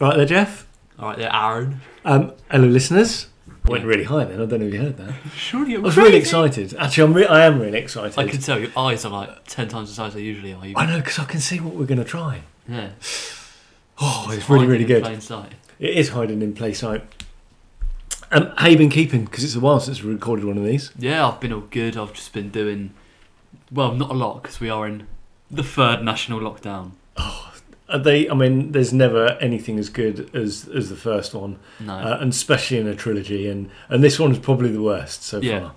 Right there, Jeff. All right, there, Aaron. Um, hello, listeners. I went Yeah. really high then. I don't know if you heard that. Surely it I was really excited. Actually, I'm re- I am really excited. I could tell your eyes are like ten times the size they usually are. You, I know because I can see what we're going to try. yeah. Oh, it's really, Hiding really in good. plain sight. It is hiding in plain sight. Um, how you been keeping? Because it's a while since we recorded one of these. Yeah, I've been all good. I've just been doing, well, not a lot because we are in the third national lockdown. Are they? I mean, there's never anything as good as as the first one, No, uh, and especially in a trilogy. And and this one is probably the worst so Yeah.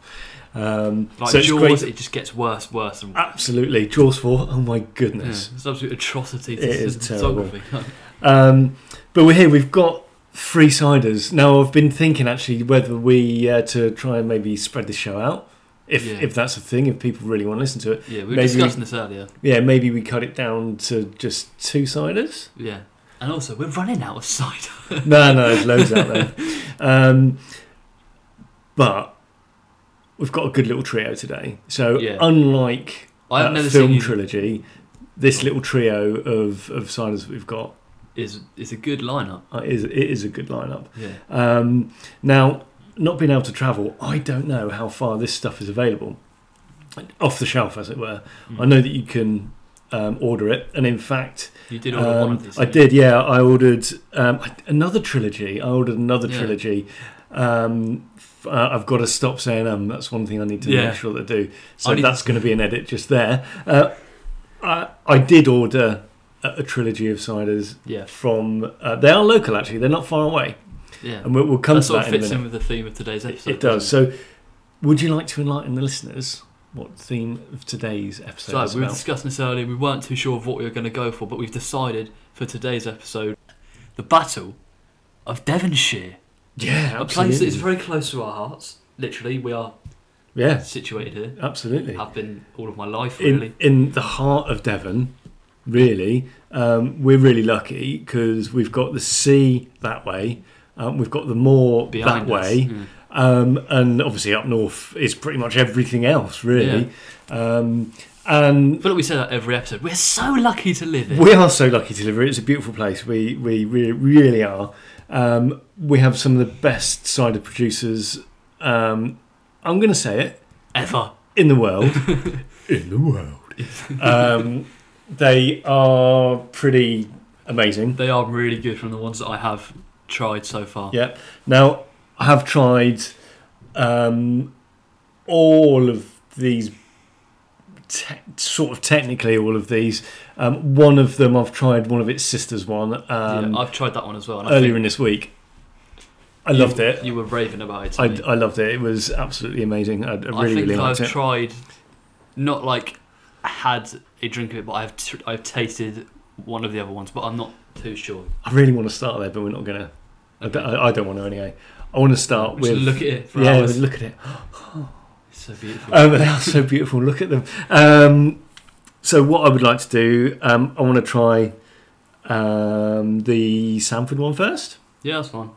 far. Um, like so it's Jaws, great. it just gets worse, worse, and Absolutely, Jaws four. Oh my yeah, goodness. it's an absolute atrocity. It To is to terrible. photography. Um, but we're here. We've got free ciders. Now I've been thinking actually whether we uh, to try and maybe spread the show out, if Yeah. if that's a thing, if people really want to listen to it. yeah, we were Maybe- discussing this earlier. Yeah, maybe we cut it down to just two ciders. Yeah, and also we're running out of cider. no, no, there's loads out there. Um, but we've got a good little trio today. So Yeah. unlike I have that never film seen you. trilogy, this little trio of of signers that we've got is is a good lineup. uh, is it is a good lineup. Yeah, Um, now, not being able to travel, I don't know how far this stuff is available off the shelf, as it were. I know that you can. Um, order it, and in fact, Mm. you did order one um, of these. I didn't you? did. Yeah, I ordered um, another trilogy. I ordered another Yeah. trilogy. Um, f- uh, I've got to stop saying um. That's one thing I need to Yeah. make sure that I do. So I need- that's going to be an edit just there. Uh, I, I did order a, a trilogy of ciders Yeah, from. Uh, they are local actually. They're not far away, yeah. and we'll, we'll come that to sort that of in a fits minute. in with the theme of today's episode. it does. doesn't So, would you like to enlighten the listeners what the theme of today's episode So, is we were about? discussing this earlier. We weren't too sure of what we were going to go for, but we've decided for today's episode the battle of Devonshire, yeah, a absolutely. place that is very close to our hearts. Literally, we are yeah, situated here. absolutely. Have been all of my life, really. in, in the heart of Devon, really, um, we're really lucky because we've got the sea that way, um, we've got the moor Behind that us. way, Mm. um, and obviously up north is pretty much everything else, really. Um, and I feel like we say that every episode. We're so lucky to live in. we are so lucky to live here. It's a beautiful place. We we really, really are. Um, we have some of the best cider producers. Um, I'm going to say it Ever. in the world. in the world. Um, they are pretty amazing. They are really good from the ones that I have tried so far. Yeah. Now, I have tried um, all of these, te- sort of technically all of these. Um, one of them I've tried, one of its sisters one, um, Yeah, I've tried that one as well. and I earlier think in this week. I you- loved it. You were raving about it. to I, me. I loved it. It was absolutely amazing. I, I really, I think really liked I've it. tried, not like had a drink of it, but I've tr- I've tasted one of the other ones, but I'm not too sure. I really want to start there, but we're not going to. I don't, I I don't want to anyway. I want to start Just with look at it for yeah, hours. look at it. It's so beautiful. Um, they are so beautiful. Look at them. Um, so what I would like to do, um, I want to try um, the Sanford one first. yeah, that's fine.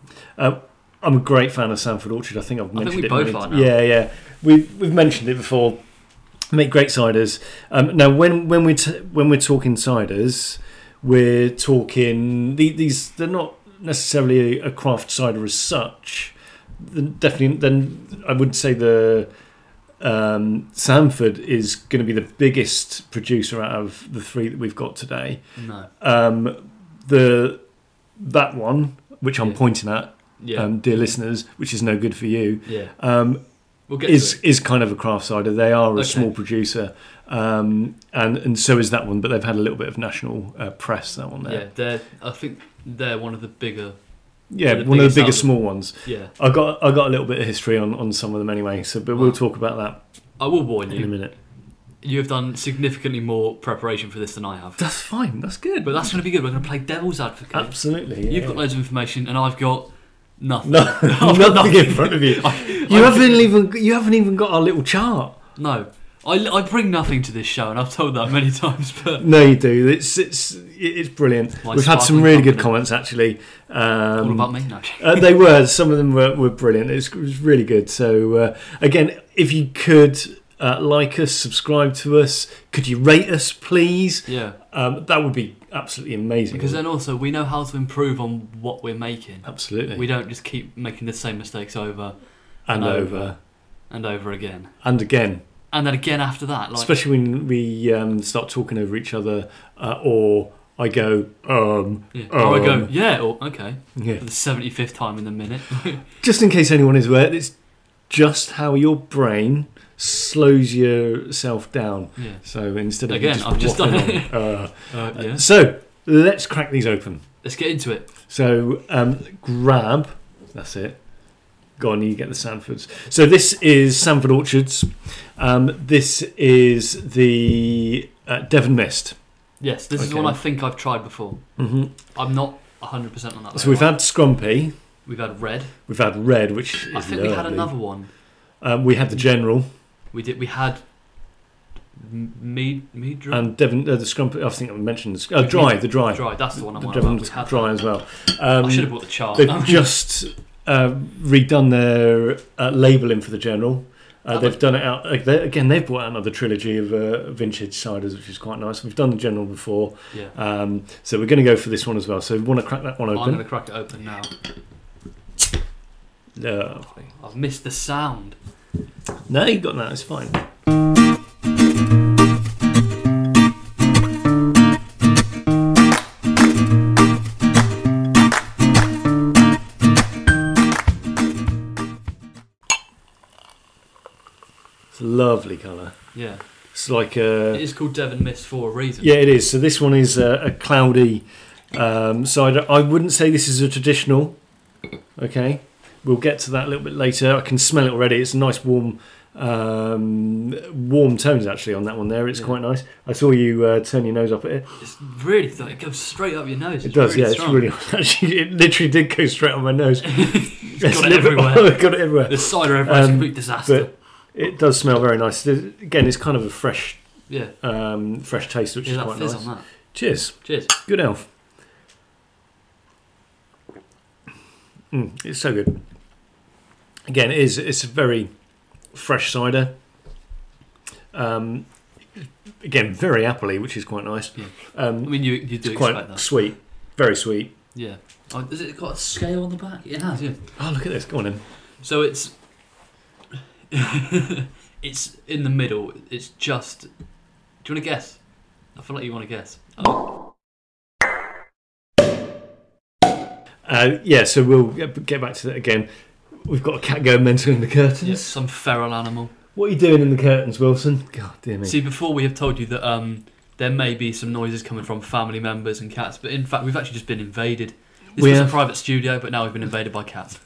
I'm a great fan of Sanford Orchard. I think I've think mentioned we it. both many- are now. Yeah, yeah. We've we've mentioned it before. Make great ciders. Um, now, when when we t- when we're talking ciders, we're talking the- these. They're not necessarily a craft cider as such. The- Definitely, then I would say the um, Sanford is going to be the biggest producer out of the three that we've got today. No, Um, the that one, which I'm Yeah. pointing at, yeah, um, dear listeners, which is no good for you, yeah. um, We'll get is to it. is kind of a craft cider. They are a Okay. small producer, um, and and so is that one. But they've had a little bit of national uh, press that one Yeah, there. they're. I think they're one of the bigger. Yeah, They're the one of the biggest bigger out small ones. Yeah, I got I got a little bit of history on, on some of them anyway. So, but we'll Wow. talk about that I will warn in a you. minute. You have done significantly more preparation for this than I have, That's fine. That's good. but that's going to be good. We're going to play devil's advocate. Uh, Absolutely. You've yeah. got loads of information, and I've got nothing. no, got nothing in front of you. You I've- haven't even you haven't even got our little chart. No, I, I bring nothing to this show, and I've told that many times. But No, you do. It's it's it's brilliant. My We've had some sparkling really good company. comments actually. Um, all about me. No, uh, they were. Some of them were, were brilliant. It's, it was really good. So uh, again, if you could Uh, like us, subscribe to us. Could you rate us, please? Yeah. Um, that would be absolutely amazing. Because then also we know how to improve on what we're making. absolutely. We don't just keep making the same mistakes over and and over. and over again. and again, And then again after that, like especially when we um, start talking over each other, uh, or I go um yeah. or I go, um, yeah, or okay. yeah. For the seventy fifth time in the minute. Just in case anyone is aware, it's just how your brain slows yourself down. yeah. So instead of Again, just I've just done waffling it. on, uh, Uh, yeah. So let's crack these open. Let's get into it. So um, grab, that's it. Go on, you get the Sanfords. So this is Sanford Orchards. Um, this is the uh, Devon Mist. Yes, this is Okay. one I think I've tried before. hmm I'm not hundred percent on that. So though. we've had Scrumpy, we've had red. we've had Red, which is I think we had lovely. another one. Um, we had the General We did. We had m- mead mead dry. and Devon uh, the Scrumpy. I think I mentioned the, Sc- uh, We've dry, had- the dry, dry. That's the one I'm the on about. Devon We had dry that. as well. Um, I should have bought the chart. They've just uh, redone their uh, labelling for the general. Uh, That they've was- done it out like they, again. They've brought out another trilogy of uh, vintage ciders, which is quite nice. We've done the general before, yeah. um, so we're going to go for this one as well. So we want to crack that one I'm open. gonna crack it open now. Uh, I've missed the sound. no, you got that. It's fine. It's a lovely colour. Yeah. It's like it a is called Devon Mist for a reason. yeah, it is. So this one is a, a cloudy um, cider. I wouldn't say this is a traditional. Okay, we'll get to that a little bit later. I can smell it already. It's a nice warm, um, warm tones actually on that one there. It's Yeah. quite nice. I saw you uh, turn your nose up at it. It's really th- it goes straight up your nose. It does. really yeah, strong. it's really actually it literally did go straight on my nose. It's got it literally- everywhere. got it everywhere. The cider everywhere is Um, a complete disaster. but- It does smell very nice. There's- Again, it's kind of a fresh, yeah. um, fresh taste, which Yeah, is that quite fizz nice. on that. Cheers. Cheers. Good elf. Mm, it's so good. Again, it is it's a very fresh cider. Um, again, very appley, which is quite nice. Yeah. I Um, mean, you you do it's expect quite that. sweet, very sweet. Yeah. Oh, has it got a scale on the back? It has. Yeah. Oh, look at this! Go on in. So it's it's in the middle. It's just. Do you want to guess? I feel like you want to guess. Oh, Uh, yeah, so we'll get get back to that again. We've got a cat going mental in the curtains. yeah, some feral animal. What are you doing in the curtains, Wilson? God dear me. See, before we have told you that um, there may be some noises coming from family members and cats, but in fact, we've actually just been invaded. This We was have. a private studio, but now we've been invaded by cats.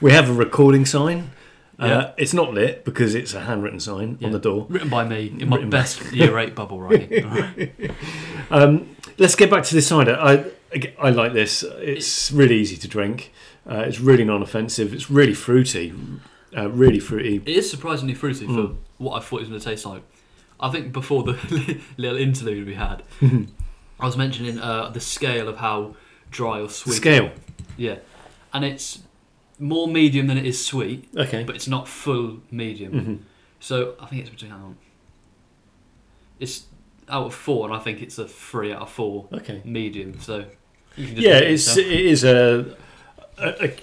we have a recording sign. Yeah. Uh, it's not lit because it's a handwritten sign Yeah. on the door. Written by me in my Written by- best year eight bubble writing. Alright. Um, let's get back to this cider. I I- I like this. It's really easy to drink. Uh, it's really non-offensive. It's really fruity, uh, really fruity. It is surprisingly fruity for Mm. what I thought it was going to taste like. I think before the little interlude we had, Mm-hmm. I was mentioning uh, the scale of how dry or The sweet. scale. Yeah, and it's more medium than it is sweet, Okay. but it's not full medium. hmm So I think it's between hang on. It's out of four, and I think it's a three out of four Okay. medium. So you can just Yeah, look at it it's yourself. it is a, a, a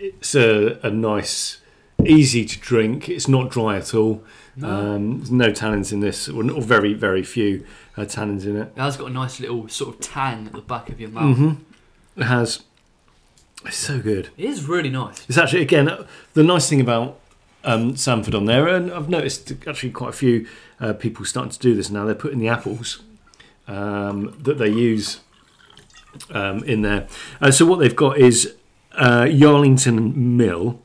it's a, a nice, easy to drink. It's not dry at all. No. Um, there's no tannins in this, or, or very very few uh, tannins in it. it has got a nice little sort of tang at the back of your mouth. hmm It has. It's so good. It is really nice. It's actually again the nice thing about um, Sanford on there, and I've noticed actually quite a few uh, people starting to do this now. They're putting the apples um, that they use um, in there. Uh, so what they've got is uh, Yarlington Mill,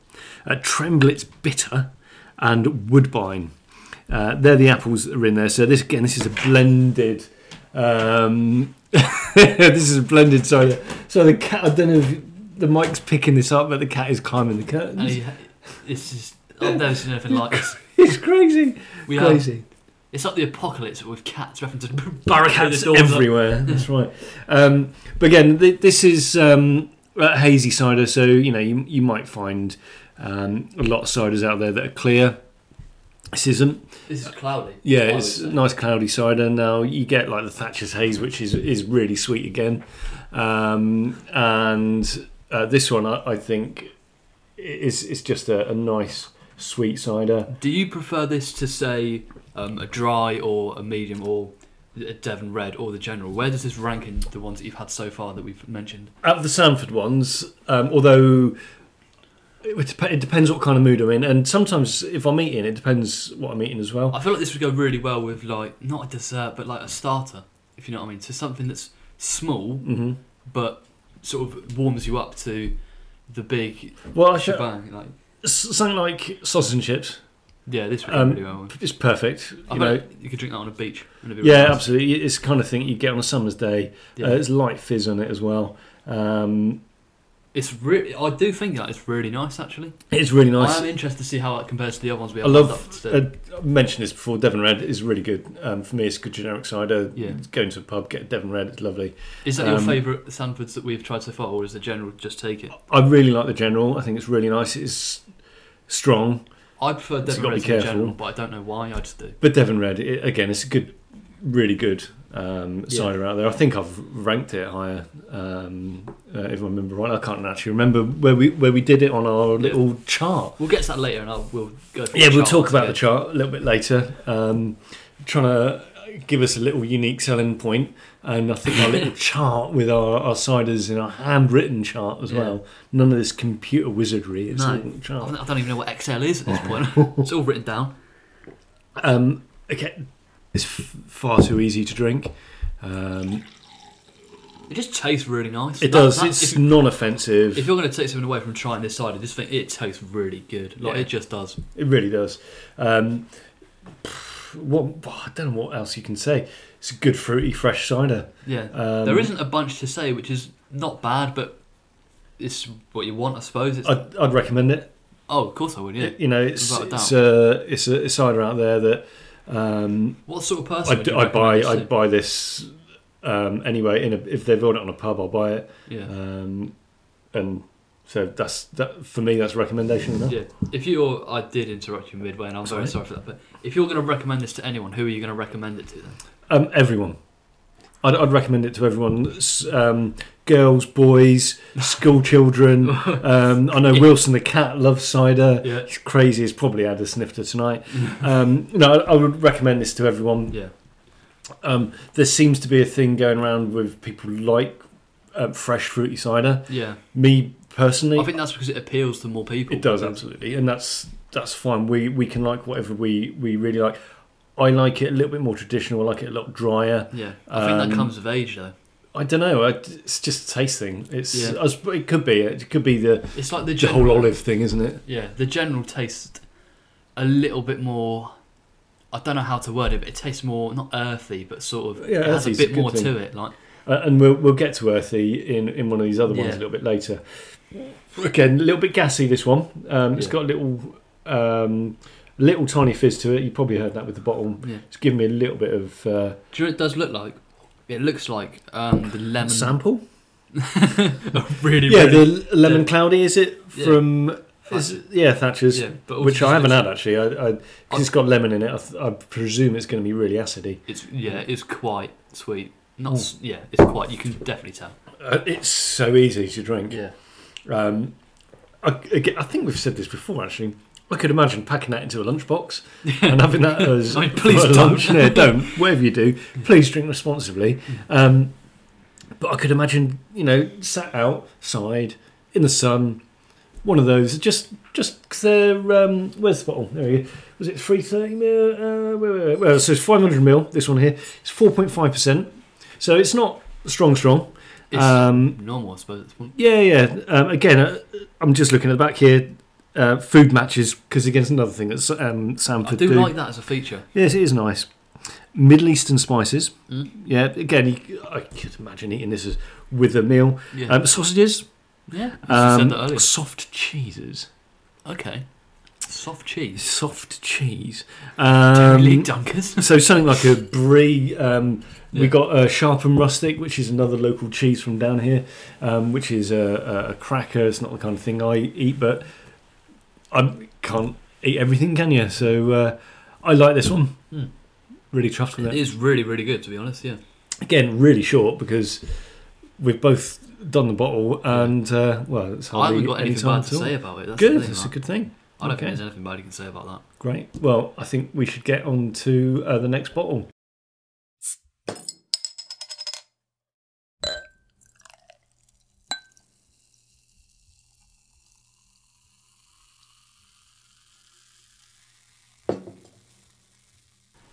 uh, Tremblitz Bitter, and Woodbine. Uh, they're the apples that are in there. So this again, this is a blended. Um, this is a blended cider. So the cat, I don't know if the mic's picking this up, but the cat is climbing the And curtains. he- it's just I've never seen anything like this. It's crazy, We have, crazy. it's like the apocalypse with cats having to barricade the Cats doors. up. everywhere. That's right. Um, but again, th- this is um, a hazy cider, so you know you you might find um, a lot of ciders out there that are clear. This isn't. This is cloudy. Yeah, I would it's say. nice cloudy cider. Now you get like the Thatcher's haze, which is is really sweet again. Um, and uh, this one, I, I think, i- is is just a, a nice sweet cider. Do you prefer this to say um, a dry or a medium or a Devon Red or the General? Where does this rank in the ones that you've had so far that we've mentioned? Out of the Sanford ones, um, although it, would dep- it depends what kind of mood I'm in, and sometimes if I'm eating, it depends what I'm eating as well. I feel like this would go really well with like not a dessert but like a starter, if you know what I mean. So something that's small hmm but sort of warms you up to the big Well, I should, shebang. Like s- something like sausage and chips yeah, this would Um, go really well. With. is perfect. I You bet know, you could drink that on a beach. and it'd be yeah, really nice. absolutely. It's the kind of thing you get on a summer's day. Uh, Yeah. it's light fizz on it as well. Um, It's really, I do think that it's really nice actually. it's really nice. I am interested to see how it compares to the other ones we I have. love- lined up today. Uh, I mentioned this before. Devon Red is really good um, for me. It's a good generic cider. Yeah. Going to a pub, get a Devon Red. It's lovely. Is that your um, favourite Sanfords that we've tried so far, or is the general just take it? I really like the general. I think it's really nice. It's strong, I prefer It's Devon gotta Red be to the careful. general, but I don't know why. I just do. but Devon Red it, again. It's a good, really good um, Yeah. cider out there. I think I've ranked it higher, um, uh, if I remember right. I can't actually remember where we where we did it on our little chart. We'll get to that later, and I'll we'll go. Through Yeah, the we'll chart talk about the together. chart a little bit later. Um, trying to give us a little unique selling point, and I think our little chart with our, our ciders in our handwritten chart as Yeah. well. None of this computer wizardry. It's No. all little I chart. don't- I don't even know what Excel is at this point. it's all written down. Um, okay, it's f- far too easy to drink. Um, It just tastes really nice. it That- does. that- it's if, non-offensive. if you're going to take something away from trying this cider, this thing it tastes really good. Like Yeah. it just does. It really does. Um, what I don't know what else you can say. It's a good fruity fresh cider. Yeah, Um, there isn't a bunch to say, which is not bad, but it's what you want, I suppose. It's, I'd, I'd recommend it. oh, of course I would. Yeah. You know, it's Without a doubt. it's a it's a it's cider out there that um, What sort of person? I'd, would you I'd buy recommend this I'd to? buy this um, anyway. In a, if they've got it on a pub, I'll buy it. Yeah. Um, and so that's that for me. That's recommendation enough. Yeah, if you're, I did interrupt you midway, and I'm very Sorry. sorry for that. But if you're going to recommend this to anyone, who are you going to recommend it to? Then? Um, everyone. I'd, I'd recommend it to everyone. S- Um, girls, boys, school children. Um, I know Yeah. Wilson the cat loves cider. Yeah, He's crazy. He's probably had a snifter tonight. Um, no, I, I would recommend this to everyone. yeah, Um, there seems to be a thing going around with people like uh, fresh fruity cider. yeah. Me personally, I think that's because it appeals to more people. it does absolutely, and that's that's fine. We we can like whatever we we really like. I like it a little bit more traditional. I like it a lot drier. Yeah, I think Um, that comes of age though. I don't know. I, it's just a taste thing. It's Yeah. I was- it could be it could be the, It's like the, the general, whole olive thing, isn't it? Yeah, the general taste a little bit more. I don't know how to word it, but it tastes more not earthy, but sort of Yeah, it has a earthy's a bit good more thing. to it. Like Uh, and we'll we'll get to earthy in in one of these other ones Yeah. a little bit later. Again, a little bit gassy. This one. Um, It's Yeah. got a little um, little tiny fizz to it. You probably heard that with the bottle. yeah, It's giving me a little bit of uh, do you know what it does look like? It looks like um, the lemon. Oh, sample. really, Yeah, really. the lemon yeah. cloudy is it Yeah. from? is- Thatcher's. yeah, Thatcher's. yeah, but also Which just I haven't looks- had actually. I, I, 'cause it's got lemon in it. I, th- I presume it's going to be really acidy. It's yeah, it's quite sweet. Not Mm. s yeah, it's quite. You can definitely tell. Uh, it's so easy to drink. Um, I, again, I think we've said this before, actually. I could imagine packing that into a lunchbox and having that as I mean, please for a don't. lunch. Yeah, don't. Whatever you do, please drink responsibly. Um, but I could imagine, you know, sat outside in the sun, one of those. Just, just 'cause they're um, where's the bottle? There we go. Was it three thirty mil? Uh, where, where, where? Well, so it's five hundred mil. This one here. It's four point five percent. So it's not strong, strong. It's um, normal, I suppose. It's one- yeah, yeah. Um, again, uh, I'm just looking at the back here. Uh, food matches, because again, it's another thing that um, Sam I could do like that as a feature. Yes, it is nice. Middle Eastern spices. Mm. Yeah, again, you, I could imagine eating this as, with a meal. Yeah, Um, sausages. yeah. You Um, said that earlier. soft cheeses. Okay, soft cheese. Soft cheese. Totally Um, dunkers. so something like a brie. Um, Yeah. We got uh, sharp and rustic, which is another local cheese from down here, um, which is a, a, a cracker. It's not the kind of thing I eat, but I can't eat everything, can you? So uh, I like this one. Hmm. Really chuffed with It it. is really, really good, to be honest. Yeah. Again, really short because we've both done the bottle and uh, well, it's I hardly haven't got any anything time bad at to all. say about it. That's Good, The thing, that's a like, good thing. I don't okay. think there's anything bad you can say about that. Great. Well, I think we should get on to uh, the next bottle.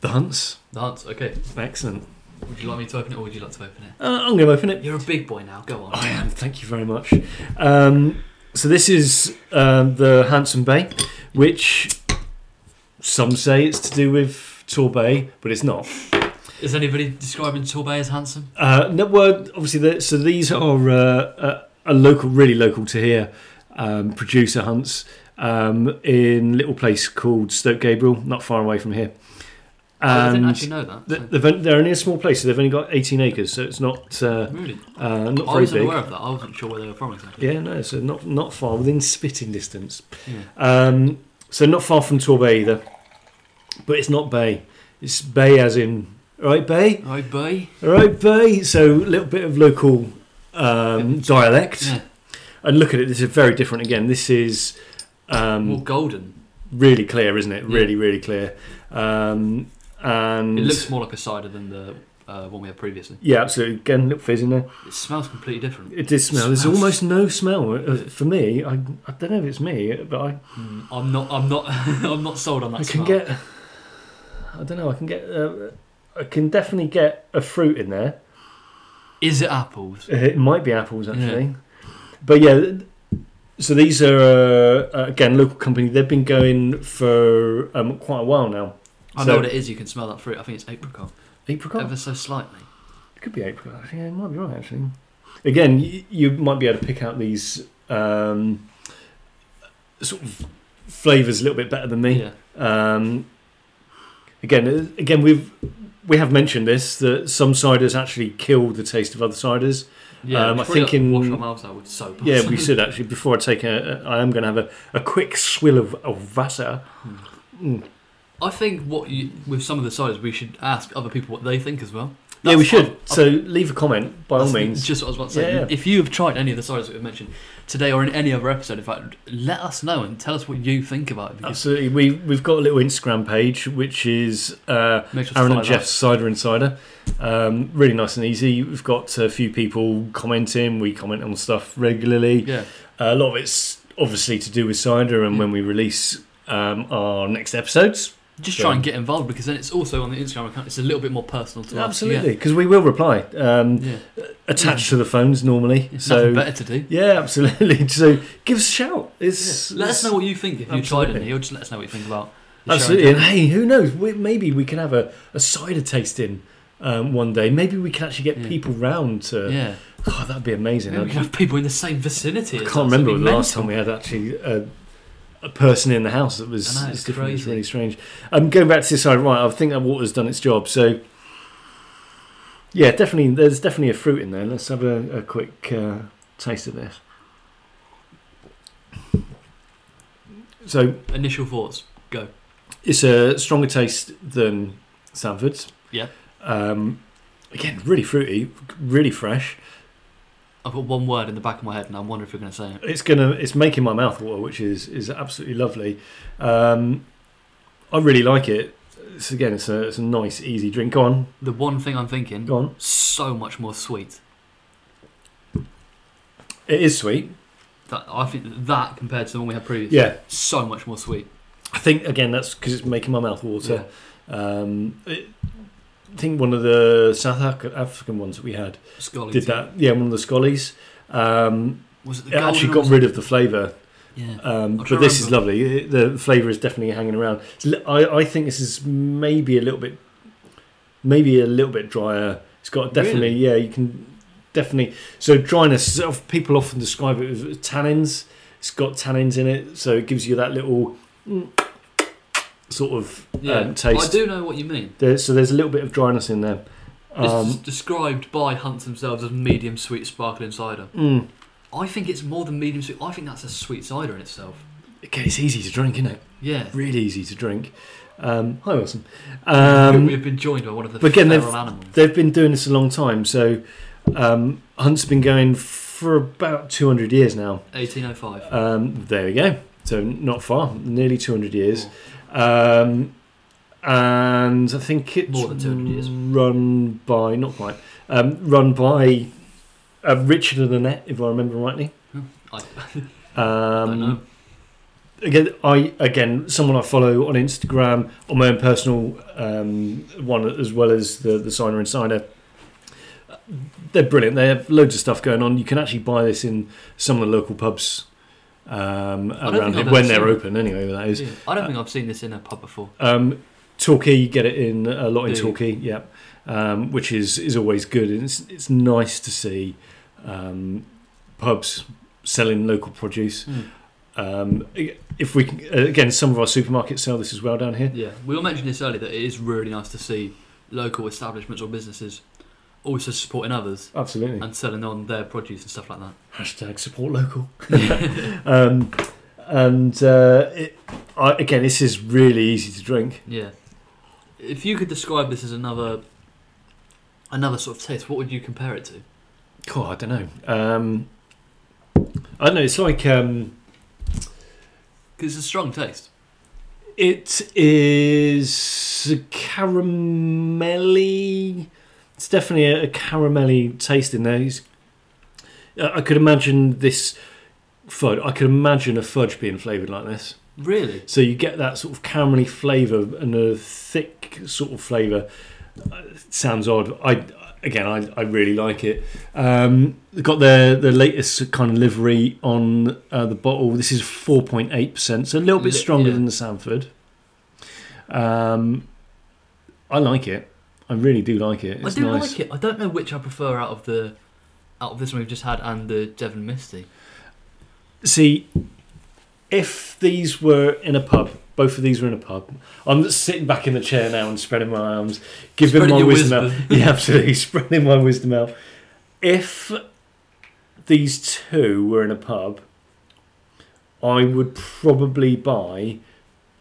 The Hunts. That's okay. Excellent. Would you like me to open it or would you like to open it? Uh, I'm going to open it. You're a big boy now. Go on. I am. Thank you very much. Um, so this is um, the Handsome Bay, which some say it's to do with Torbay, but it's not. Is anybody describing Torbay as handsome? Uh, no, well, obviously, the, so these are uh, a, a local, really local to here, um, producer hunts um, in a little place called Stoke Gabriel, not far away from here. Um, I didn't And Oh, actually know that. th- so- they've on- they're only a small place, so they've only got 18 acres, so it's not uh, Really? uh, not I very wasn't big. aware of that. I wasn't sure where they were from exactly. Yeah, no, so not not far within spitting distance. Yeah. Um, so not far from Torbay either, but it's not Bay. It's Bay as in all right, Bay, Right, boy. all right, Bay. So a little bit of local um, dialect. Yeah. And look at it. This is very different. Again, this is More um, golden. really clear, isn't it? Yeah. Really, really clear. Um, and It looks more like a cider than the uh, one we had previously. yeah, absolutely. Again, little fizz in there. It smells completely different. It did smell. There's Smells. almost no smell uh, for me. I, I don't know if it's me, but I Mm, I'm not. I'm not. I'm not sold on that. I can smell. get. I don't know. I can get. Uh, I can definitely get a fruit in there. Uh, Is it apples? It might be apples actually, but yeah. th- So these are uh, uh, again local company. They've been going for um, quite a while now. I So- know what it is. You can smell that fruit. I think it's apricot, Apricot ever so slightly. could be apricot. Actually, yeah, it might be right. Actually, again, you, you might be able to pick out these um, sort of flavors a little bit better than me. Yeah. Um, again, uh, again, we've we have mentioned this that some ciders actually kill the taste of other ciders. Yeah. Um, we I probably think ought to in- wash our mouths out with soap. or Yeah, we something. should actually. Before I take a, I am going to have a, a quick swill of, of Wasser. Mm. I think what you, with some of the ciders, we should ask other people what they think as well. Yeah, That's- we should. I- I- so leave a comment by all That's means. Just what I was about to say. Yeah, yeah. If you have tried any of the ciders that we've mentioned today or in any other episode, in fact, let us know and tell us what you think about it. Because Absolutely, we we've got a little Instagram page which is uh, make sure to Aaron follow and Jeff's Cider Insider. Um, really nice and easy. We've got a few people commenting. We comment on stuff regularly. that. Yeah. a lot of it's obviously to do with cider and when we release um, our next episodes. Just Yeah. try and get involved because then it's also on the Instagram account. It's a little bit more personal to us. Absolutely, because we will reply um, Yeah. yeah. attached to the phones normally. It's so Mm. nothing better to do. yeah, absolutely. So give us a shout. It's, Let us know what you think if you tried Absolutely. any, or just let us know what you think about. the show. Absolutely, and hey, who knows? We, maybe we can have a, a cider tasting um, one day. Maybe we can actually get Yeah. people round to. Yeah. Oh, that'd be amazing. Maybe we can have people in the same vicinity. I as can't us. It'd remember the be last mental. time we had actually a, a person in the house that was I know, it's it's different. It's crazy. really strange. Um, going back to this side, right? I think that water's done its job. So, yeah, definitely. There's definitely a fruit in there. Let's have a, a quick uh, taste of this. So Initial thoughts. Go. it's a stronger taste than Sanford's. Yeah. Um, again, really fruity, really fresh. I've got one word in the back of my head, and I wonder if you're going to say it. It's gonna. It's making my mouth water, which is is absolutely lovely. Um, I really like it. It's, again, it's a it's a nice, easy drink. Go on, The one thing I'm thinking, go on. so much more sweet. It is sweet. That I think that compared to the one we had previously, Yeah, so much more sweet. I think again that's because it's making my mouth water. Um, it, I think one of the South Af- African ones that we had Yeah. Scully did too. that. Yeah, one of the scollies. Um, Was it the it actually golden got rid of the flavour, one? Yeah. um, I but can't this is remember. lovely. It- The flavour is definitely hanging around. It's li- I, I think this is maybe a little bit, maybe a little bit drier. It's got definitely, Really? yeah, you can definitely. So dryness, sort of- people often describe it as tannins. It's got tannins in it, so it gives you that little mm, sort of Yeah. um, taste. I do know what you mean. There, so there's a little bit of dryness in there. It's Um, des- described by Hunt themselves as medium sweet sparkling cider. mm. I think it's more than medium sweet. I think that's a sweet cider in itself. Again, it's easy to drink, isn't it? Yeah. Really easy to drink. Um, hi, Wilson. Um, We've been joined by one of the but again, they've- feral animals. They've been doing this a long time. So um, Hunt's been going for about 200 years now. 1805. Um, there we go. So not far, nearly 200 years. Um, and I think it's More than 200 years. run by, not quite, um, run by uh, Richard and Annette, if I remember rightly. Hmm. I, Um, I don't know. Again, I again someone I follow on Instagram on my own personal um, one as well as the the signer insider. They're brilliant. They have loads of stuff going on. You can actually buy this in some of the local pubs um, don't think around here I've ever when they're seen it. open. Anyway, that is. Yeah, I don't think I've seen this in a pub before. Um, Torquay, you get it in a lot in Do you? Torquay, yeah, um, which is is always good, and it's it's nice to see um, pubs selling local produce. Hmm. Um, if we can, uh, again, some of our supermarkets sell this as well down here. Yeah, we all mentioned this earlier that it is really nice to see local establishments or businesses also supporting others Absolutely. and selling on their produce and stuff like that. Hashtag support local. um, and uh, it, I, again, this is really easy to drink. Yeah. If you could describe this as another another sort of taste, what would you compare it to? God, I don't know. Um, I don't know. It's like um, Because it's a strong taste. it is caramelly. It's definitely a, a caramelly taste in there. It's- I I could imagine this fudge. I could imagine a fudge being flavoured like this. Really? So you get that sort of caramelly flavour and a thick sort of flavour. Uh, sounds odd. I again, I, I really like it. Um, they've got their the latest kind of livery on uh, the bottle. This is four point eight percent, so a little bit Li- stronger yeah. than the Sanford. Um, I like it. I really do like it. It's I do nice. like it. I don't know which I prefer out of the out of this one we've just had and the Devon Misty. See, if these were in a pub, both of these were in a pub. I'm just sitting back in the chair now and spreading my arms, giving Spreading my your wisdom wisdom. out. Yeah, absolutely, spreading my wisdom out. If these two were in a pub, I would probably buy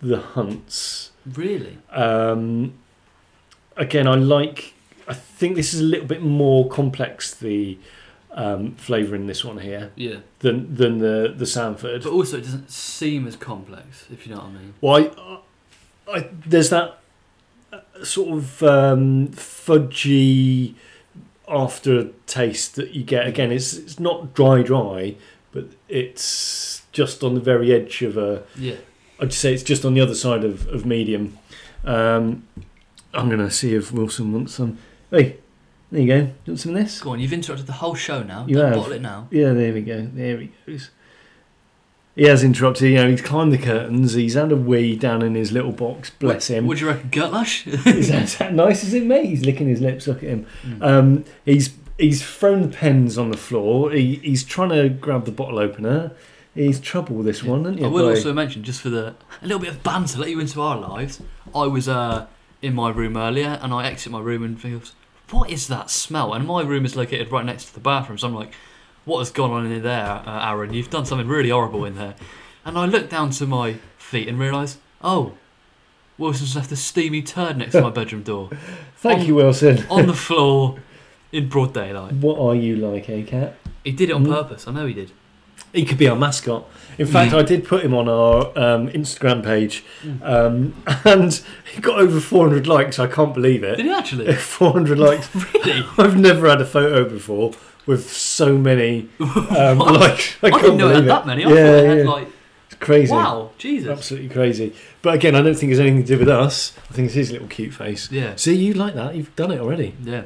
the Hunts. Really? Um, again, I like. I think this is a little bit more complex. The um, flavour in this one here Yeah. than than the the Sanford. But also, it doesn't seem as complex, if you know what I mean. Well, I, I, there's that uh, sort of um, fudgy aftertaste that you get. Again, it's it's not dry, dry, but it's just on the very edge of a. Yeah. I'd say it's just on the other side of of medium. Um, I'm gonna see if Wilson wants some. Hey, there you go. You want some of this? Go on, you've interrupted the whole show now. You Don't have. bottle it now. Yeah, there we go. There he goes. He has interrupted. You know, he's climbed the curtains. He's had a wee down in his little box. Bless him. Would you reckon Gutlush? is, that, is that nice? Is it me? He's licking his lips. Look at him. Mm. Um, he's he's thrown the pens on the floor. He, he's trying to grab the bottle opener. He's trouble with this one, isn't he? I will boy? also mention, just for the a little bit of banter, let you into our lives. I was uh, in my room earlier, and I exit my room and feels, what is that smell? And my room is located right next to the bathroom, so I'm like, what has gone on in there, uh, Aaron? You've done something really horrible in there. And I look down to my feet and realise, oh, Wilson's left a steamy turd next to my bedroom door, Thank on- you, Wilson. on the floor, in broad daylight. What are you like, eh, cat? He did it on Mm. purpose. I know he did. He could be our mascot. In fact, Mm. I did put him on our um, Instagram page, um, and he got over 400 likes. I can't believe Did it. he actually? 400 likes. really? I've never had a photo before with so many um, What? likes. I, I, can't didn't know it believe had that many. I yeah, thought it yeah. had like it's crazy. Wow, Jesus. Absolutely crazy. But again, I don't think it's anything to do with us. I think it's his little cute face. Yeah. See, you like that? You've done it already. Yeah.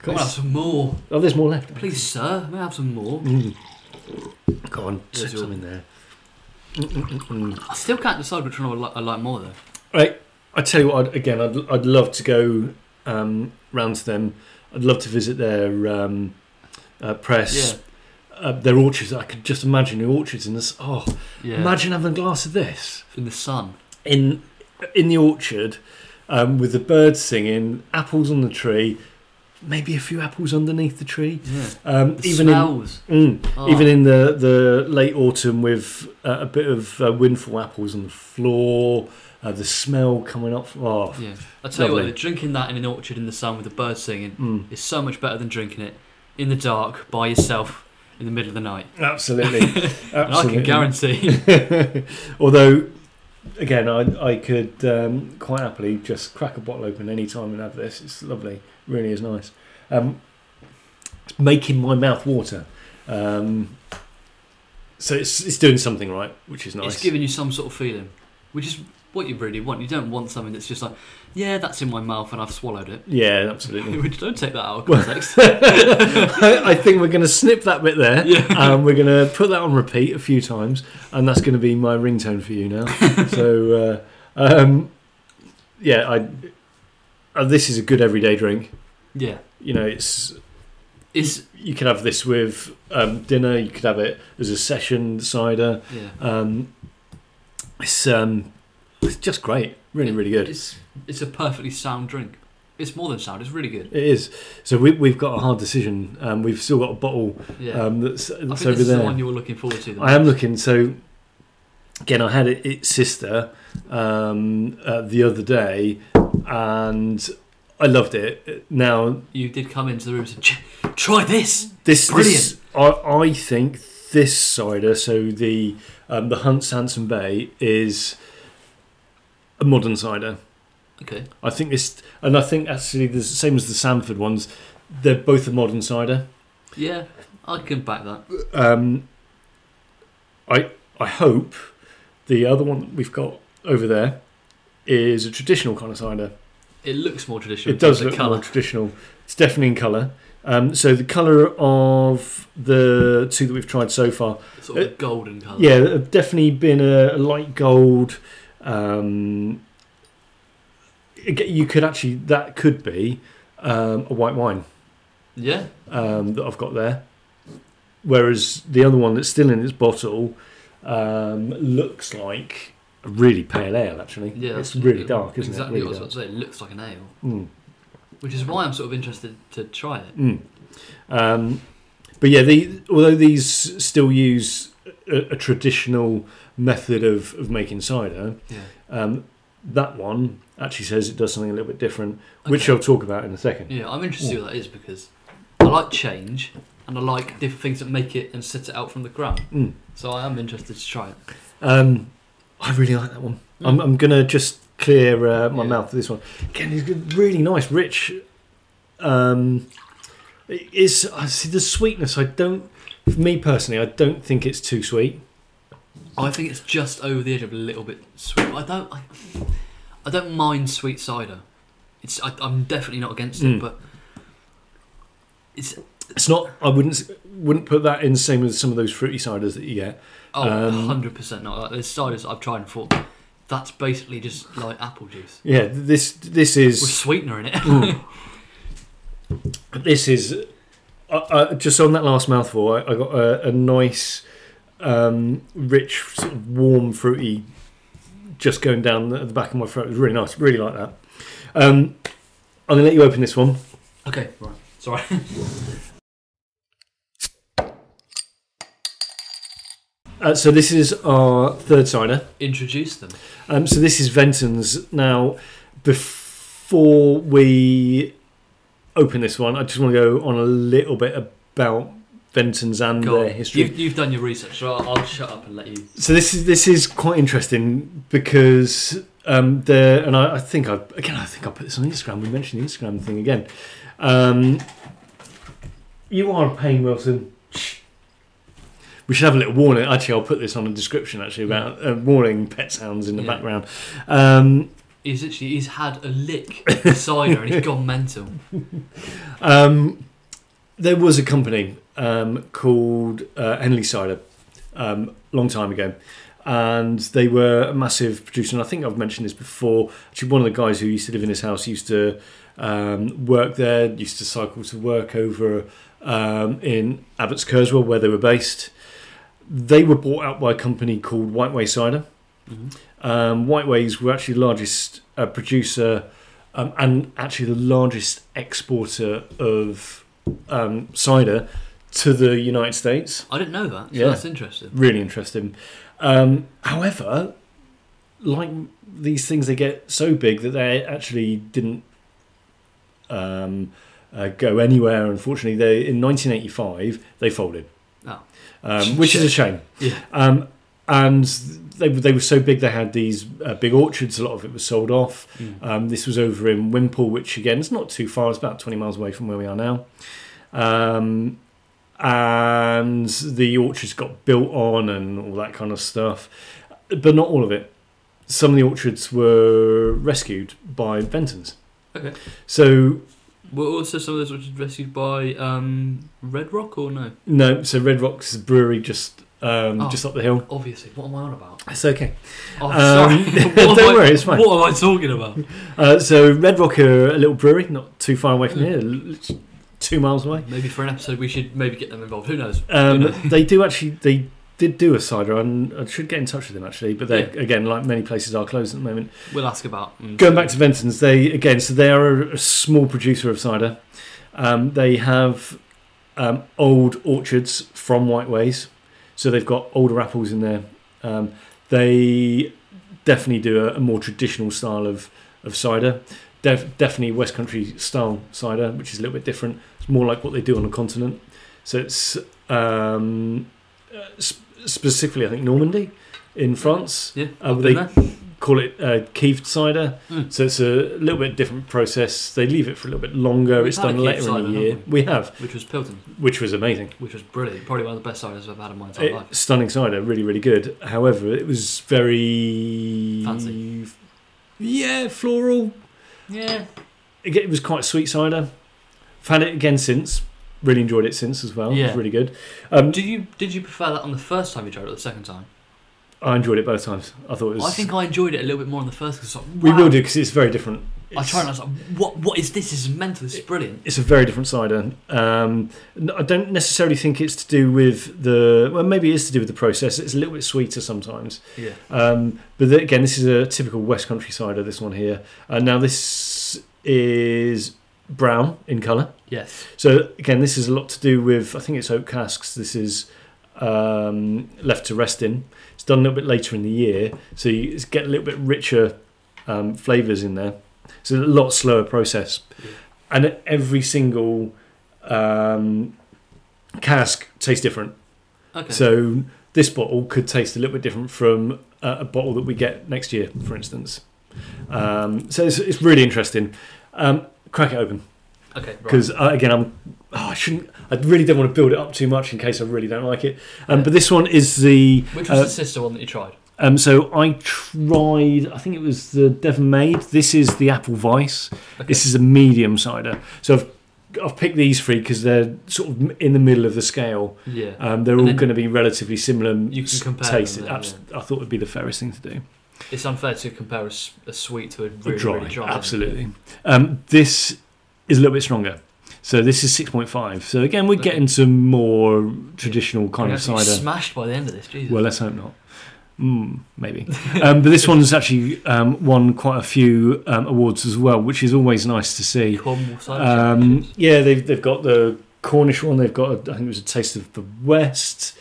Can we have Guys- some more? Oh, there's more left. Please, sir, can we have some more? Mm. Go on, There's stick your- some in there. Mm, Mm-mm-mm-mm. I still can't decide which one I like, I like more, though. Right, I tell you what. I'd, again, I'd I'd love to go um, round to them. I'd love to visit their um, uh, press, uh, their orchards. I could just imagine the orchards in this. Oh, Yeah. imagine having a glass of this. In the sun. in in the orchard um, with the birds singing, apples on the tree, maybe a few apples underneath the tree. Yeah. Um, The even smells. in mm, Oh, even in the the late autumn with uh, a bit of uh, windfall apples on the floor, uh, the smell coming up. Oh, Yeah. I tell you Lovely. what, drinking that in an orchard in the sun with the birds singing mm, is so much better than drinking it in the dark by yourself in the middle of the night. absolutely, And I absolutely. can guarantee. Although, again, I, I could um, quite happily just crack a bottle open any time and have this. It's lovely. Really is nice. Um, it's making my mouth water. Um, so it's, it's doing something right, which is nice. It's giving you some sort of feeling, which is what you really want. You don't want something that's just like, yeah, that's in my mouth and I've swallowed it. yeah, absolutely. Which don't take that out of Well- context. I, I think we're going to snip that bit there. Yeah. Um, we're going to put that on repeat a few times, and that's going to be my ringtone for you now. so, uh, um, yeah, I, uh, this is a good everyday drink. yeah. You know, it's It's, you could have this with um, dinner. You could have it as a session cider. yeah. Um, it's um, it's just great. Really, really good. It's, it's a perfectly sound drink. It's more than sound, it's really good. It is. So we, we've got a hard decision. Um, we've still got a bottle Yeah. um, that's, I think that's this over is there. the one you were looking forward to. the I am most. looking. So again, I had it, its sister um, uh, the other day, and I loved it. Now You did come into the room and said, "Ch- try this. this, Brilliant. this I, I think this cider, so the um, the Hunt's Handsome Bay is a modern cider. Okay. I think this, and I think actually the same as the Sanford ones, they're both a modern cider. Yeah, I can back that. Um, I I hope the other one that we've got over there is a traditional kind of cider. It looks more traditional. It does the look colour. more traditional. It's definitely in colour. Um, so the colour of the two that we've tried so far, Sort of a golden colour. yeah, have definitely been a, a light gold. Um, ag- you could actually that could be um, a white wine Yeah. um, that I've got there. Whereas the other one that's still in its bottle um, looks like a really pale ale, actually. Yeah. it's that's- really dark, isn't exactly it? Really what I dark. was about to say. It looks like an ale, Mm, which is why I'm sort of interested to try it. mm. Um, but yeah, the, although these still use a, a traditional method of, of making cider, Yeah. um, that one actually says it does something a little bit different, which Okay. I'll talk about in a second. Yeah, I'm interested to see what that is because I like change and I like different things that make it and set it out from the ground. Mm. So I am interested to try it. Um, I really like that one. Mm. I'm, I'm gonna just clear uh, my Yeah. mouth with this one. Again, it's good- really nice, rich. Um, it is I see the sweetness. I don't, for me personally, I don't think it's too sweet. I think it's just over the edge of a little bit sweet. I don't, I, I don't mind sweet cider. It's, I, I'm definitely not against it, Mm. but it's. It's not. I wouldn't s- wouldn't put that in the same with some of those fruity ciders that you get. Oh, Um, 100% not. Like, there's ciders I've tried and thought, that's basically just like apple juice Yeah, th- this this with is sweetener in it. this is I, I, just on that last mouthful. I, I got a, a nice, um, rich, sort of warm, fruity, just going down the, the back of my throat. It was really nice. Really like that. Um, I'm gonna let you open this one. okay, right. Sorry. Uh, so this is our third cider. Introduce them. Um, so this is Venton's. Now, before we open this one, I just want to go on a little bit about Venton's and Go their on. history. You've, you've done your research, so I'll, I'll shut up and let you. So this is this is quite interesting because um, there and I, I think I again I think I put this on Instagram. We mentioned the Instagram thing again. Um, you are a pain, Wilson. We should have a little warning. Actually, I'll put this on a description. Actually, about uh, warning pet sounds in the Yeah. background. Um, He's literally he's had a lick of cider and he's gone mental. um, there was a company um, called uh, Henley Cider um, long time ago, and they were a massive producer. And I think I've mentioned this before. Actually, one of the guys who used to live in this house used to um, work there, used to cycle to work over um, in Abbots Kerswell, where they were based. They were bought out by a company called Whiteway Cider. Mhm. Um, Whiteways were actually the largest uh, producer um, and actually the largest exporter of um, cider to the United States. I didn't know that. So Yeah. That's interesting. Really interesting. Um, however, like these things, they get so big that they actually didn't um, uh, go anywhere. Unfortunately, they in 1985 they folded, Oh. um, which is a shame. Yeah. Um, and they they were so big they had these uh, big orchards. A lot of it was sold off. Um, this was over in Wimpole, which again is not too far. It's about 20 miles away from where we are now. Um, and the orchards got built on and all that kind of stuff, but not all of it. Some of the orchards were rescued by Ventons. Okay. So Were also some of those which were rescued by um, Red Rock or no? no, so Red Rock's brewery just um, Oh. just up the hill. Obviously. What am I on about? It's okay. Oh, Um, sorry. What don't am I- worry, it's fine. What am I talking about? Uh, so Red Rock are a little brewery, not too far away from here, l- l- two miles away. Maybe for an episode we should maybe get them involved. Who knows? Um, Yeah. they do actually, they did do a cider, and I should get in touch with them actually. But they Yeah. again, like many places, are closed at the moment. We'll ask about. mm. Going back to Venton's, they again, so they are a, a small producer of cider. Um, they have um, old orchards from Whiteways, so they've got older apples in there. Um, they definitely do a, a more traditional style of of cider, Def, definitely West Country style cider, which is a little bit different. It's more like what they do on the continent. So it's um, uh, sp- specifically, I think Normandy in France Yeah. Uh, I've they- been there. call it uh, keeved cider. Mm. So it's a little bit different process. They leave it for a little bit longer. We've it's had a done Keeved later cider, in the year. haven't We have, Which was Pilton, which was amazing. which was brilliant. Probably one of the best ciders I've had in my entire It- life. stunning cider, really, really good. However, it was very Fancy. Yeah, floral. Yeah. Again, It was quite sweet cider. I've had it again since. Really enjoyed it since as well. It was Yeah. really good. Um, Did you did you prefer that on the first time you tried it or the second time? I enjoyed it both times. I thought it was. I think I enjoyed it a little bit more on the first because like, we wow. will do because it's very different. I It's- tried and I was like, what what is this? This is mental. This is brilliant. It's a very different cider. Um, n- I don't necessarily think it's to do with the. Well, maybe it is to do with the process. It's a little bit sweeter sometimes. Yeah. Um, but th- again, this is a typical West Country cider. This one here. Uh, now this is brown in colour. Yes. So again, this is a lot to do with. I think it's oak casks. This is um, left to rest in. It's done a little bit later in the year, so you it's get a little bit richer um, flavors in there. It's a lot slower process, Yeah. and every single um, cask tastes different. Okay. So this bottle could taste a little bit different from uh, a bottle that we get next year, for instance. Um, so it's, it's really interesting. Um, crack it open okay. Right. because uh, again I'm oh, I shouldn't I really don't want to build it up too much in case I really don't like it um, but this one is the Which was uh, the sister one that you tried? um, so I tried I think it was the Devon Maid this is the Apple Vice Okay. this is a medium cider so I've I've picked these three because they're sort of in the middle of the scale. yeah. Um, they're And all then going to be relatively similar. you can s- compare them taste. then, Abs- I thought it would be the fairest thing to do. It's unfair to compare a, s- a sweet to a really dry, really dry. absolutely. Um, this is a little bit stronger. So this is 6.5. So again, we're Okay. getting some more traditional kind You're of gonna have to get cider. Smashed by the end of this, Jesus. Well, let's hope not. Mm, maybe. um, but this one's actually um, won quite a few um, awards as well, which is always nice to see. Cornwall cider Um, championships. yeah, they've, they've got the Cornish one. They've got, a, I think it was a Taste of the West,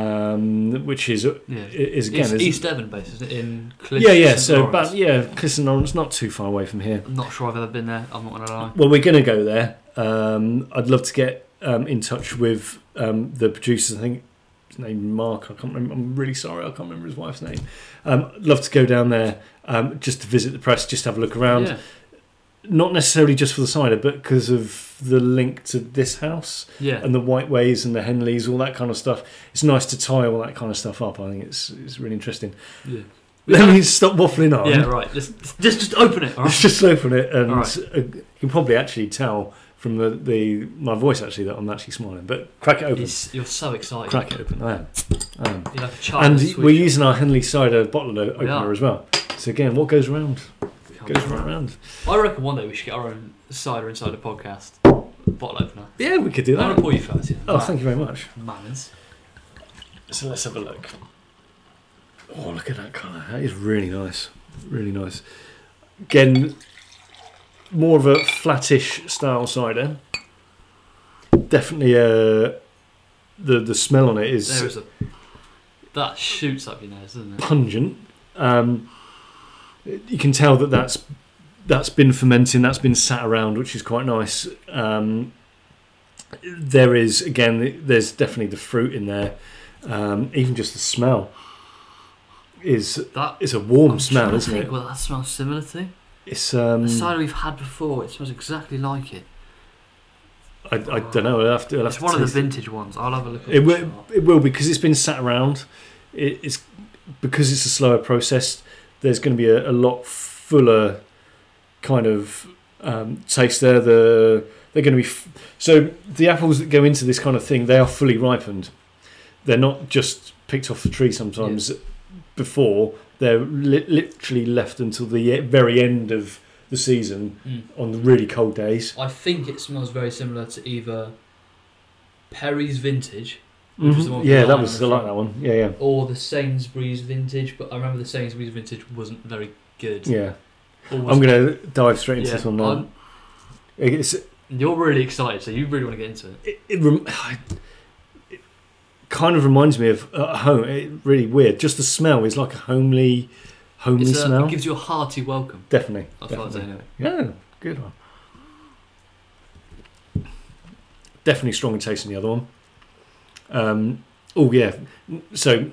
um, which is yeah. is again it's is- East Devon based, isn't it? In Clifton. yeah yeah. So Lawrence. but yeah, Clifton Lawrence, not too far away from here. I'm not sure I've ever been there. I'm not gonna lie. Well, we're going to go there. Um, I'd love to get um, in touch with um, the producers. I think his name Mark. I can't remember. I'm really sorry. I can't remember his wife's name. Um, I'd love to go down there um, just to visit the press, just have a look around. Yeah. Not necessarily just for the cider, but because of the link to this house Yeah. and the Whiteways and the Henleys, all that kind of stuff. It's nice to tie all that kind of stuff up. I think it's it's really interesting. yeah. Let me stop waffling on. Yeah, right. Just, just, just open it. All Oh, Let's right. just open it, and Ah. All uh, right. you can probably actually tell from the, the my voice actually that I'm actually smiling. But crack it open, It's- you're so excited. crack it open. I am. I am. You're like a child. And at a we're Oh, sweet using our Henley cider bottle o- We opener are. Oh, as well. So again, what goes round shop. goes right round. I reckon one day we should get our own cider inside a podcast bottle opener. Yeah, we could do I'm that. gonna pour you first. Yeah. Oh, thank you very much. you. Manners. So let's have a look. Oh, look at that colour. That is really nice. Really nice. Again, more of a flattish style cider. Definitely uh, the the smell on it is There is a. That shoots up your nose, doesn't it? pungent. Um, you can tell that that's that's been fermenting, that's been sat around, which is quite nice. Um, there is again, there's definitely the fruit in there. Um, even just the smell is That is a warm I'm trying smell, to isn't think it? What that smells similar to It's um, the cider we've had before. It smells exactly like it. I, I don't know. I'll have to. I'll have It's to one of the taste vintage ones. I'll have a look. At It the will, chart. it will because it's been sat around. It, it's because it's a slower process. There's going to be a, a lot fuller kind of um, taste there. The they're going to be f- so the apples that go into this kind of thing they are fully ripened. They're not just picked off the tree sometimes before. They're li- literally left until the e- very end of the season Mm. on the really cold days. I think it smells very similar to either Perry's vintage Which is the one Mm-hmm. with Yeah, the that lime was I on the like front. that one. Yeah, yeah, or the Sainsbury's vintage, but I remember the Sainsbury's vintage wasn't very good. yeah. Or was- I'm going to dive straight into Yeah, this one now. I'm- It's, it, You're really excited, so you really want to get into it. it, rem- it kind of reminds me of uh, home. It, really weird. Just the smell is like a homely, homely It's a- smell. It gives you a hearty welcome. definitely. That's what I'd say definitely. anyway. Yeah, good one. Definitely stronger taste than the other one. Um, oh yeah. So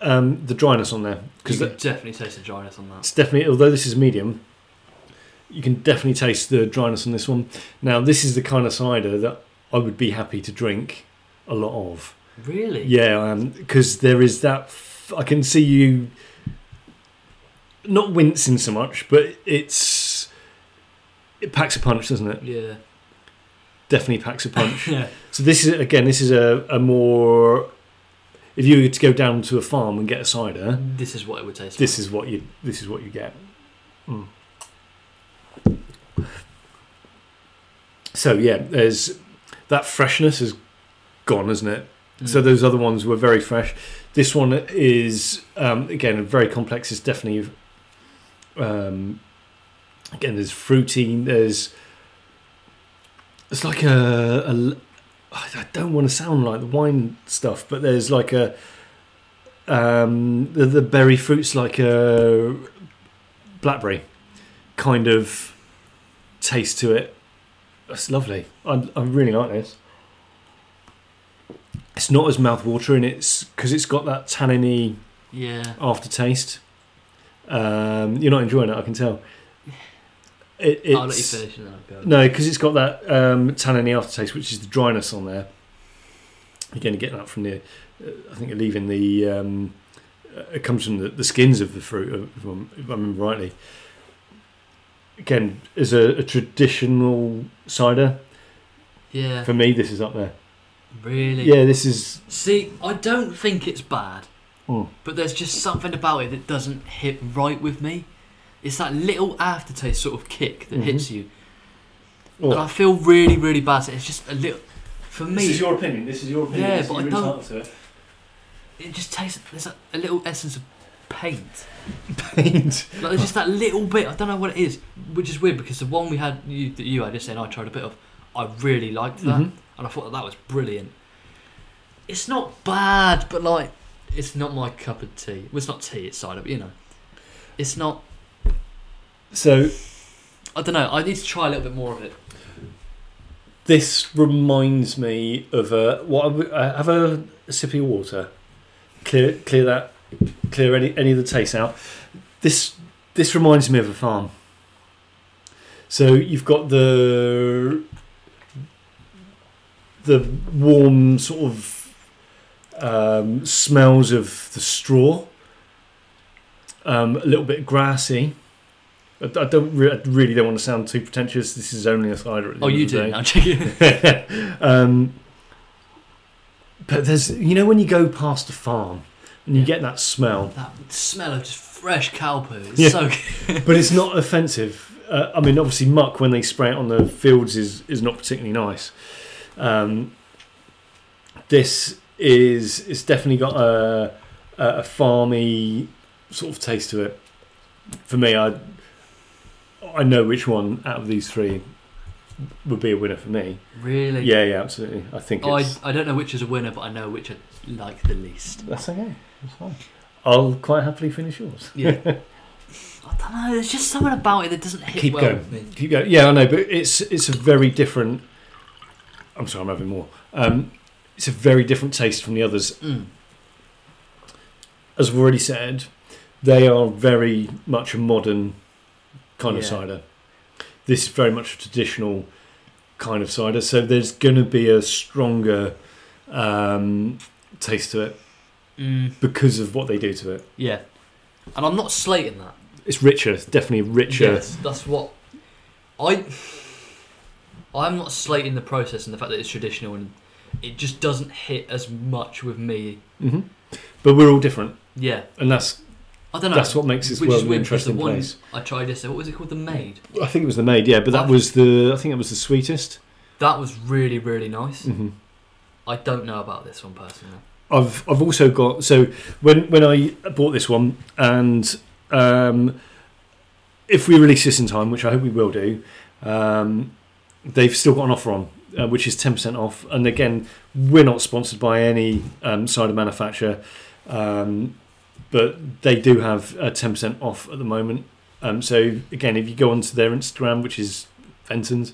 um, the dryness on there Because because you can definitely taste the dryness on that. It's definitely, although this is medium, you can definitely taste the dryness on this one. Now, this is the kind of cider that I would be happy to drink a lot of. Really? Yeah, because there is that. F- I can see you not wincing so much, but it's it packs a punch, doesn't it? Yeah. Definitely packs a punch. Yeah. so this is again, this is a, a more. If you were to go down to a farm and get a cider, This is what it would taste this like. is what you this is what you get. Mm. So yeah, there's that freshness is gone, isn't it? So Mm. those other ones were very fresh. This one is um, again very complex. It's definitely um, again there's fruity. There's it's like a, a l- I I don't want to sound like the wine stuff, but there's like a um, the, the berry fruit's like a blackberry kind of taste to it. It's lovely. I, I really like this. It's not as mouthwatering. It's because it's got that tanniny Yeah. aftertaste. Um, you're not enjoying it, I can tell. It, it's, I'll let you finish and then I'll go. no, because it's got that um, tanniny aftertaste, which is the dryness on there. You're going to get that from the, uh, I think, leaving the. Um, uh, it comes from the, the skins of the fruit, if I'm- if I remember rightly. Again, as a, a traditional cider, Yeah. for me, this is up there. Really? Yeah, this is. See, I don't think it's bad, Mm. but there's just something about it that doesn't hit right with me. It's that little aftertaste sort of kick that Mhm. hits you. Oh. And I feel really, really bad. It's just a little. For me, your opinion. This is your opinion, Yeah, this is but I your don't- insight to it. it just tastes. There's a, a little essence of paint. Paint. Like there's just that little bit. I don't know what it is, which is weird because the one we had you, that you had just saying I tried a bit of, I really liked that, Mhm. and I thought that, that was brilliant. It's not bad, but like, it's not my cup of tea. Well, it's not tea. It's cider, but you know, it's not. So I don't know. I need to try a little bit more of it. This reminds me of a what I would- I have a, sip of water, clear clear that clear any any of the taste out. This this reminds me of a farm. So you've got the the warm sort of um, smells of the straw, um, a little bit grassy. I I don't. Re- I really don't want to sound too pretentious. This is only a cider. At the Oh, end you of the do day now. Check it. um, but there's, you know, when you go past a farm and you Yeah. get that smell, that smell of just fresh cow poo. It's Yeah. so good. but it's not offensive. Uh, I mean, obviously, muck when they spray it on the fields is is not particularly nice. Um, this is it's definitely got a a a farmy sort of taste to it. For me, I I know which one out of these three would be a winner for me. Really. Oh, Yeah, yeah, absolutely. I think I, it's, I don't know which is a winner, but I know which I like the least. That's okay. That's fine. I'll quite happily finish yours. Yeah. I don't know. There's just something about it that doesn't hit Keep well going. with me. Keep going. Yeah, I know, but it's it's a very different. I'm sorry, I'm having more. Um, it's a very different taste from the others. Mm. As I've already said, they are very much a modern kind of Yeah. cider. This is very much a traditional kind of cider, so there's going to be a stronger um, taste to it Mm, because of what they do to it. yeah, and I'm not slating that. It's richer, it's definitely richer. Yes, that's what I. I'm not slating the process and the fact that it's traditional and it just doesn't hit as much with me. hmm But we're all different, Yeah, and that's I don't know. that's what makes this Which world is an weird, 'cause the interesting one- place. I tried this. What was it called? The maid. I think it was the maid, yeah, but that was the I think that was the sweetest. That was really really nice. hmm I don't know about this one personally. I've I've also got so when when I bought this one and um, if we release this in time, which I hope we will do, um, they've still got an offer on. Uh, which is 10% off. And again, we're not sponsored by any um, cider manufacturer, um, but they do have uh, 10% off at the moment. Um, so, again, if you go onto their Instagram, which is Fenton's,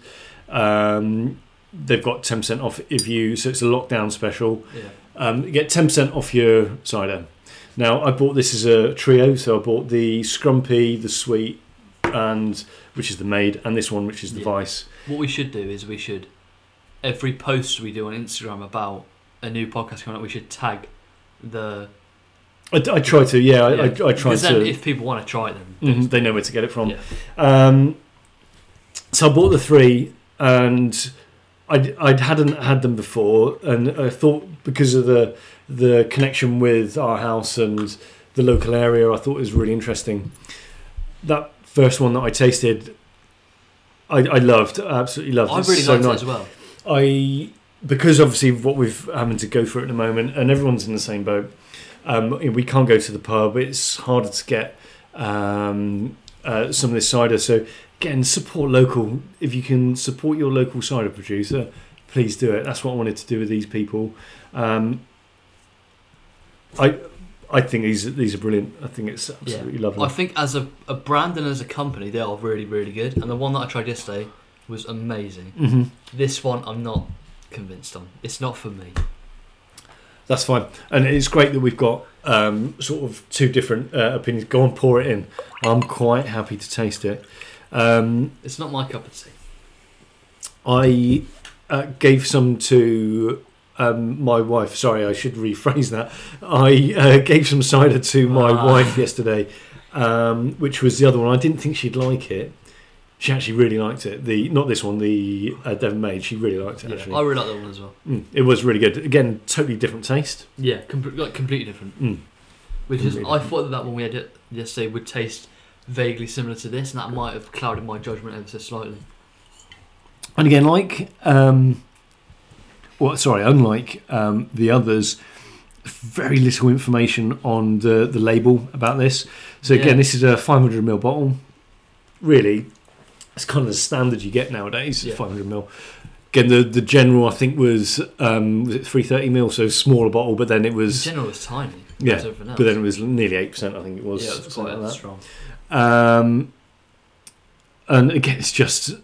um, they've got 10% off if you, so it's a lockdown special. Yeah. Um, you get 10% off your cider. Now, I bought this as a trio, so I bought the Scrumpy, the Sweet, and which is the Maid, and this one, which is the Yeah. Vice. What we should do is we should every post we do on Instagram about a new podcast coming up, we should tag the. I, I try to, yeah, I, Yeah. I, I try because then to. if people want to try it, then Mhm, they know where to get it from. Yeah. Um, so I bought the three, and I'd, I'd hadn't had them before, and I thought because of the the connection with our house and the local area, I thought it was really interesting. That first one that I tasted, I, I loved, I absolutely loved. I It's really so liked it nice. as well. I because obviously what we've having to go through at the moment, and everyone's in the same boat. Um, we can't go to the pub; it's harder to get um, uh, some of this cider. So again, support local. If you can support your local cider producer, please do it. That's what I wanted to do with these people. Um, I I think these these are brilliant. I think it's absolutely lovely. I think as a, a brand and as a company, they are really, really good. And the one that I tried yesterday was amazing. hmm This one, I'm not convinced on. It's not for me. That's fine, and it's great that we've got um, sort of two different uh, opinions. Go and pour it in. I'm quite happy to taste it. Um, It's not my cup of tea. I uh, gave some to um, my wife. Sorry, I should rephrase that. I uh, gave some cider to my Ah. wife yesterday, um, which was the other one. I didn't think she'd like it. She actually really liked it. The not this one, the uh, Devon Maid. She really liked it. Yeah, actually, I really like that one as well. Mm, it was really good. Again, totally different taste. Yeah, com- like completely different. Mm. Which is, Completely I thought that that one we had it yesterday would taste vaguely similar to this, and that might have clouded my judgment ever so slightly. And again, like, um, well, sorry, unlike um, the others, very little information on the, the label about this. So again, Yeah. this is a 500 ml bottle. Really, it's kind of the standard you get nowadays. Yeah. 500 ml. Again, the, the general I think was um, was it 330 ml, so smaller bottle. But then it The was, general was tiny. Yeah, compared to everything but then it else. was nearly eight percent. I think it was. yeah, it was something quite like that. strong. Um, and again, it's just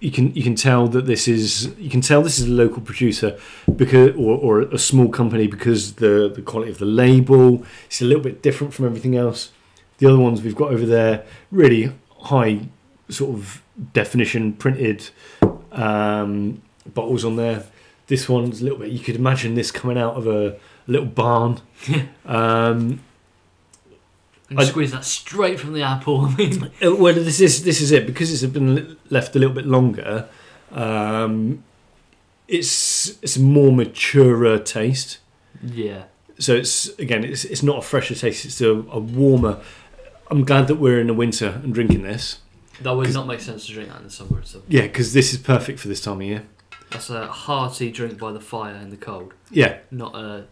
you can you can tell that this is you can tell this is a local producer because or, or a small company because the the quality of the label it's a little bit different from everything else. The other ones we've got over there really high sort of definition printed um, bottles on there. This one's a little bit. You could imagine this coming out of a, little barn. um, And I- squeeze that straight from the apple. I mean, Uh, Well, this is this is it because it's been l- left a little bit longer. Um, it's it's a more maturer taste, yeah, so it's again it's it's not a fresher taste. It's a, a warmer. I'm glad that we're in the winter and drinking this. that would 'Cause- not make sense to drink that in the summer. So Yeah, because this is perfect for this time of year. that's a hearty drink by the fire in the cold, Yeah, not a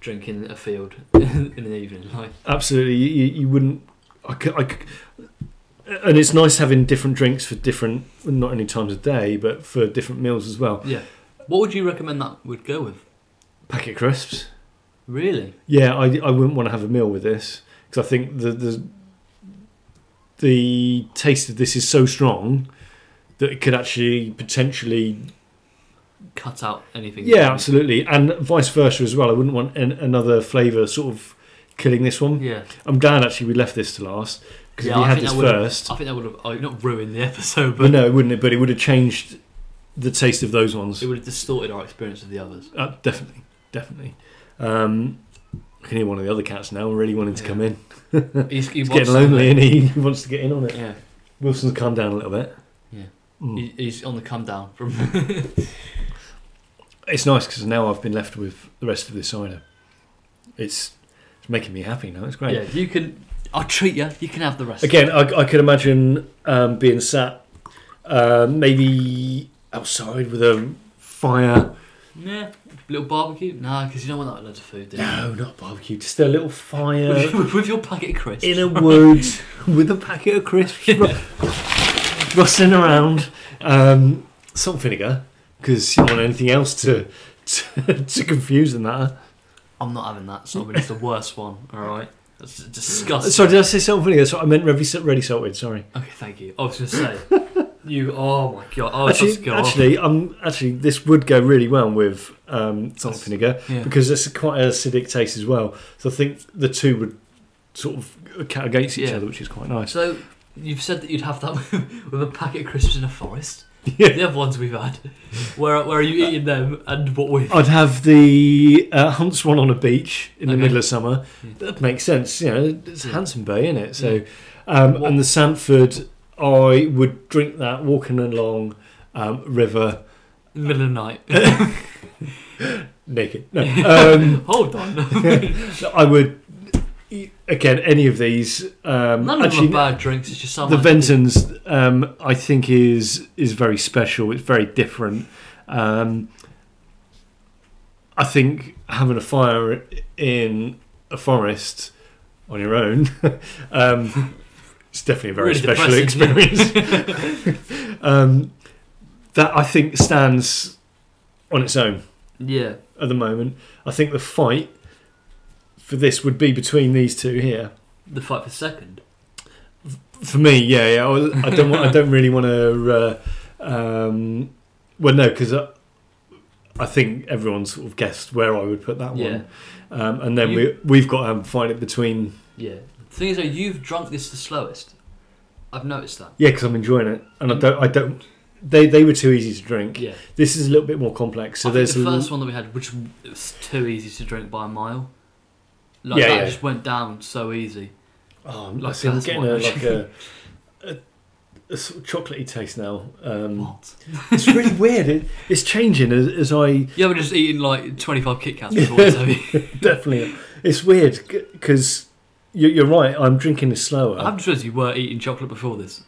drink in a field in the evening. Like, absolutely. You, you, you wouldn't. I could, I could- and it's nice having different drinks for different not only times of day but for different meals as well. yeah. What would you recommend that would go with? Packet crisps. Really? Yeah, I, I wouldn't want to have a meal with this because I think the, the the taste of this is so strong that it could actually potentially Cut out anything. yeah absolutely and vice versa as well i wouldn't want an, another flavour sort of killing this one Yeah. i'm glad actually we left this to last because Yeah, if we I had think this that would've- first I think that would have oh, not ruined the episode, but but no it wouldn't it but it would have changed the taste of those ones it would have distorted our experience of the others. Uh, definitely, definitely. Um, I can hear one of the other cats now. Really wanting to Yeah. come in. He's, he He's wants getting lonely, something. and he he wants to get in on it. Yeah, Wilson's calmed down a little bit. Yeah. Mm. he, he's on the come down from. It's nice because now I've been left with the rest of this cider. It's it's making me happy now. It's great. Yeah, you can. I'll treat you. You can have the rest. Again, I, I could imagine um, being sat uh, maybe outside with a fire. Yeah, little barbecue. Nah, because you don't want that with loads of food. Do you? No, not barbecue. Just a little fire with, with your packet of crisps. in a wood with a packet of crisps ru- rustling around. Um, salt vinegar because you don't want anything else to to, to confuse the matter. I'm not having that. So I mean, it's the worst one. All right, that's disgusting. Sorry, did I say salt vinegar? Sorry, I meant ready, sa- ready salted. Sorry. Okay, thank you. I was gonna say, you. Oh my god. Oh, it's just actually, gone. actually, um, actually, this would go really well with um, salt That's- vinegar yeah. because it's quite an acidic taste as well. So I think the two would sort of cut against each Yeah. other, which is quite nice. So you've said that you'd have that with, with a packet of crisps in a forest. Yeah. The other ones we've had. Where where are you eating them and what with? I'd have the uh, Hunts one on a beach in the Okay. middle of summer. Yeah. That makes sense. You know, it's Yeah. Hanson Bay, isn't it? Yeah. So, um, What- and the Sanford, I would drink that walking along um, river In the middle of the night. naked. No, um, Hold on. I would again any of these. Um, None of actually, them are bad drinks. It's just some. the Ventons, um, I think, is is very special. It's very different. Um, I think having a fire in a forest on your own, um, it's definitely a very Really special depressing, experience. um, that I think stands on its own Yeah. at the moment. I think the fight for this would be between these two here. The fight for second. For me, yeah, yeah. I- I don't. Want, I don't really want to. Uh, um, well, no, because I, I think everyone sort of guessed where I would put that Yeah. one, um, and then You- we we've got to um, find it between. Yeah. The thing is, though, you've drunk this the slowest. I've noticed that. Yeah, because I'm enjoying it, and I don't. I don't. They they were too easy to drink. Mm. Yeah. This is a little bit more complex. So I think there's the a l- first one that we had, which it was too easy to drink by a mile. Like Yeah, that yeah. just went down so easy. Oh, Like I see, I'm that's getting one, a, like actually. a, a, a sort of chocolatey taste now. Um, What? it's really weird. It, it's changing as, as I You haven't just eaten like 25 Kit Kats before, so Definitely, it's weird because you're right. I'm drinking this slower. I'm just realised you were eating chocolate before this.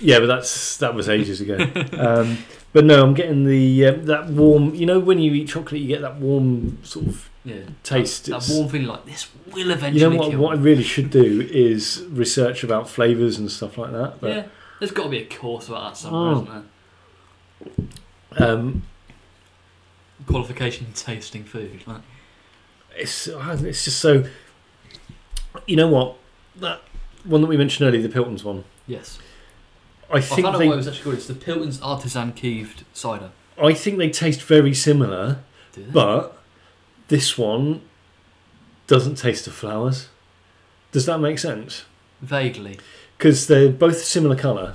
Yeah, but that's that was ages ago. um, but no, I'm getting the uh, that warm. You know, when you eat chocolate, you get that warm sort of Yeah. taste. That It's- warm feeling like this will you know eventually what? kill What I me. really should do is research about flavors and stuff like that. But Yeah. There's got to be a course about that somewhere, Oh. isn't there? um, Qualification in tasting food. Like, it's it's just so. You know what? That one that we mentioned earlier, the Pilton's one. yes. I I, think found out they what it was actually called. It's the Pilton's Artisan Kieved Cider. I think they taste very similar. Do they? But this one doesn't taste of flowers. Does that make sense? Vaguely. Because they're both similar colour.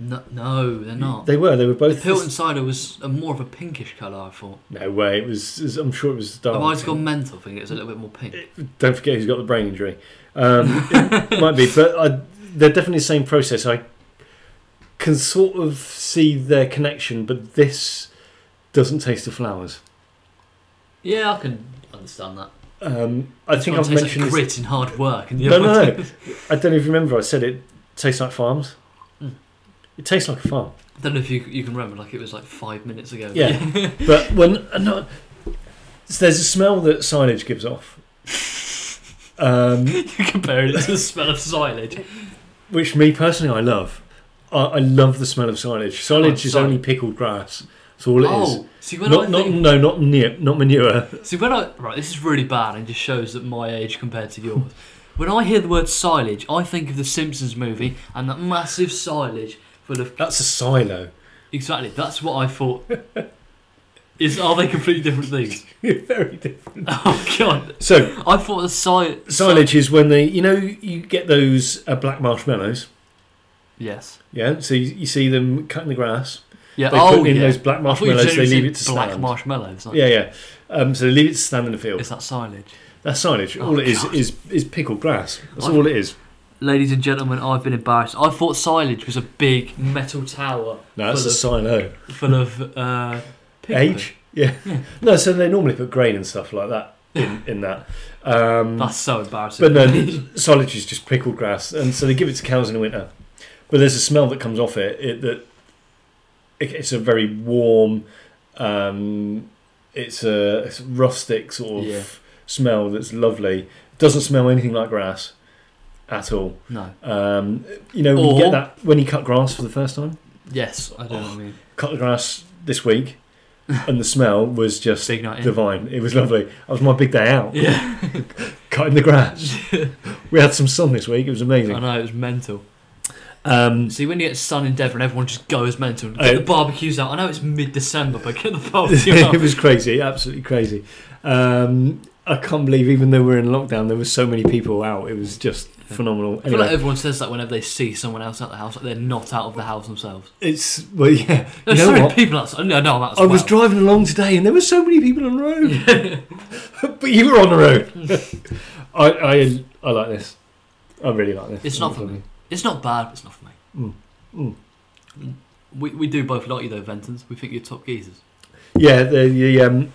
No, no they're not. They were. They were The both. Pilton cider was a more of a pinkish colour, I thought. No way. It was. it was- I'm sure it was dark. Have I just gone mental thinking it was a little bit more pink? Don't forget who's got the brain injury. Um, it might be, but I, they're definitely the same process. I can sort of see their connection, but this doesn't taste of flowers. Yeah, I can understand that. Um, I This think one I've tastes mentioned like this grit and hard work. And the No, other no, one no. I don't know if you remember. I said it tastes like farms. Mm. It tastes like a farm. I don't know if you you can remember, like it was like five minutes ago. Yeah. But when uh, no, so there's a smell that signage gives off, um, you compare it to the smell of silage. which me personally I love. I, I love the smell of silage. Silage is sorry. only pickled grass. That's all it is. oh, see when Not, I not think, no, not manure, not manure. see when I right, this is really bad and just shows that my age compared to yours. When I hear the word silage, I think of the Simpsons movie and that massive silage full of. That's a silo. Exactly, that's what I thought. Is are they completely different things? Very different. Oh god, So I thought the silage. silage is when they, you know, you get those uh, black marshmallows. Yes. Yeah, so you, you see them cutting the grass. Yeah. They oh put in yeah. those black I thought you marshmallows. They generally leave it to said black stand. marshmallows. Like, yeah, yeah. Um, so they leave it to stand in the field. Is that silage? That's silage. All Oh, it is God. is is pickled grass. That's What? all it is. Ladies and gentlemen, I've been embarrassed. I thought silage was a big metal tower No, that's a Full silo. full of uh, pig Age. Yeah. No, so they normally put grain and stuff like that in in that. Um, poo. That's so But embarrassing. no, silage is just pickled grass, and so they give it to cows in the winter. But there's a smell that comes off it, it that it, it's a very warm, um, it's a it's a rustic sort of Yeah. smell that's lovely. It doesn't smell anything like grass at all. no. Um, you know, when you Or- get that when you cut grass for the first time. Yes, I don't know what I mean. Cut the grass this week, and the smell was just Big night in. divine. It was lovely. That was my big day out, Yeah, cutting the grass. we had some sun this week. It was amazing. I know it was mental. Um, See, when you get sun in Devon, everyone just goes mental. Get Oh. the barbecues out. I know it's mid-December, but get the barbecue it out. was crazy, absolutely crazy. Um, I can't believe, even though we're in lockdown, there were so many people out. It was just phenomenal. I feel like Anyway, everyone says that whenever they see someone else out the house, like they're not out of the house themselves. it's well, yeah. You There's know so many what? people outside. No, no, I'm out. I was driving along today, and there were so many people on the road. but you were on the road. I, I, I like this. I really like this. It's not for me. It's not bad, but it's not for me. Mm. Mm. We, we do both like you though, Ventons. We think you're top geezers. Yeah, the, the um,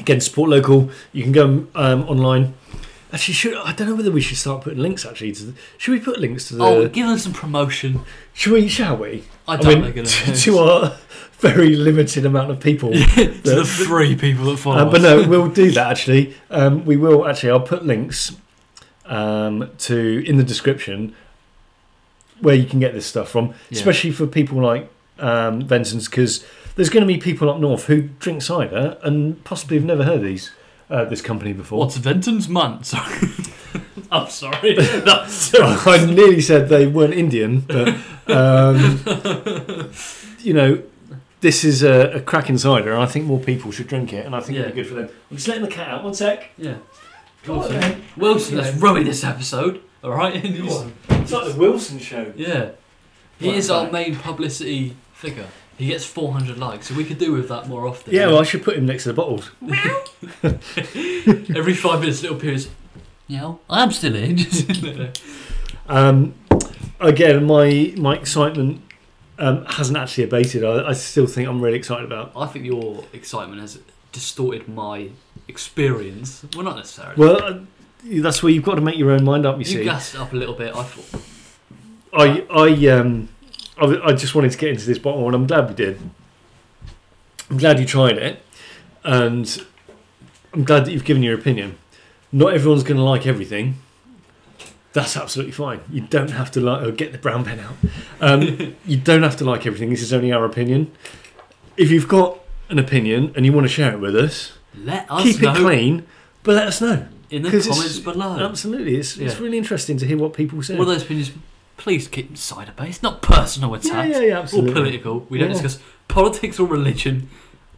again support local. You can go um, online. Actually, should I don't know whether we should start putting links. Actually, to the, should we put links to the? oh, give them some promotion. Should we? Shall we? I I don't mean, think it to, is. to our very limited amount of people. to the three people that follow Uh, but us. no, we'll do that actually. Um, we will actually. I'll put links um, to in the description where you can get this stuff from, Yeah. especially for people like um, Benson's, because there's going to be people up north who drink cider and possibly have never heard of these uh, this company before. What's Venton's month? Sorry. I'm sorry. That's I nearly said they weren't Indian, but um, you know, this is a, a cracking cider, and I think more people should drink it, and I think it'd be Yeah. good for them. I'm just letting the cat out. One sec. yeah. Go on, Wilson, then. Wilson let's ruin this episode. All right. Go on. It's like the Wilson show. yeah. He Right, is our back. main publicity figure. He gets 400 likes, so we could do with that more often. Yeah, well, I should put him next to the bottles. Every five minutes, little periods. Yeah, I'm still in. Um, again, my my excitement um, hasn't actually abated. I, I still think I'm really excited about. I think your excitement has distorted my experience. Well, not necessarily. Well, uh, that's where you've got to make your own mind up. You, you see, gassed it up a little bit. I thought. I I um I, I just wanted to get into this bottle, and I'm glad we did. I'm glad you tried it, and I'm glad that you've given your opinion. Not everyone's going to like everything. That's absolutely fine. You don't have to like. Oh, get the brown pen out. Um, you don't have to like everything. This is only our opinion. If you've got an opinion and you want to share it with us, Let us keep know it clean, but let us know. in the 'cause it's- comments below. Absolutely, it's, it's Yeah. really interesting to hear what people say. All those opinions, please keep cider based, not personal yeah, attacks yeah, yeah, or absolutely. political. We don't Yeah. discuss politics or religion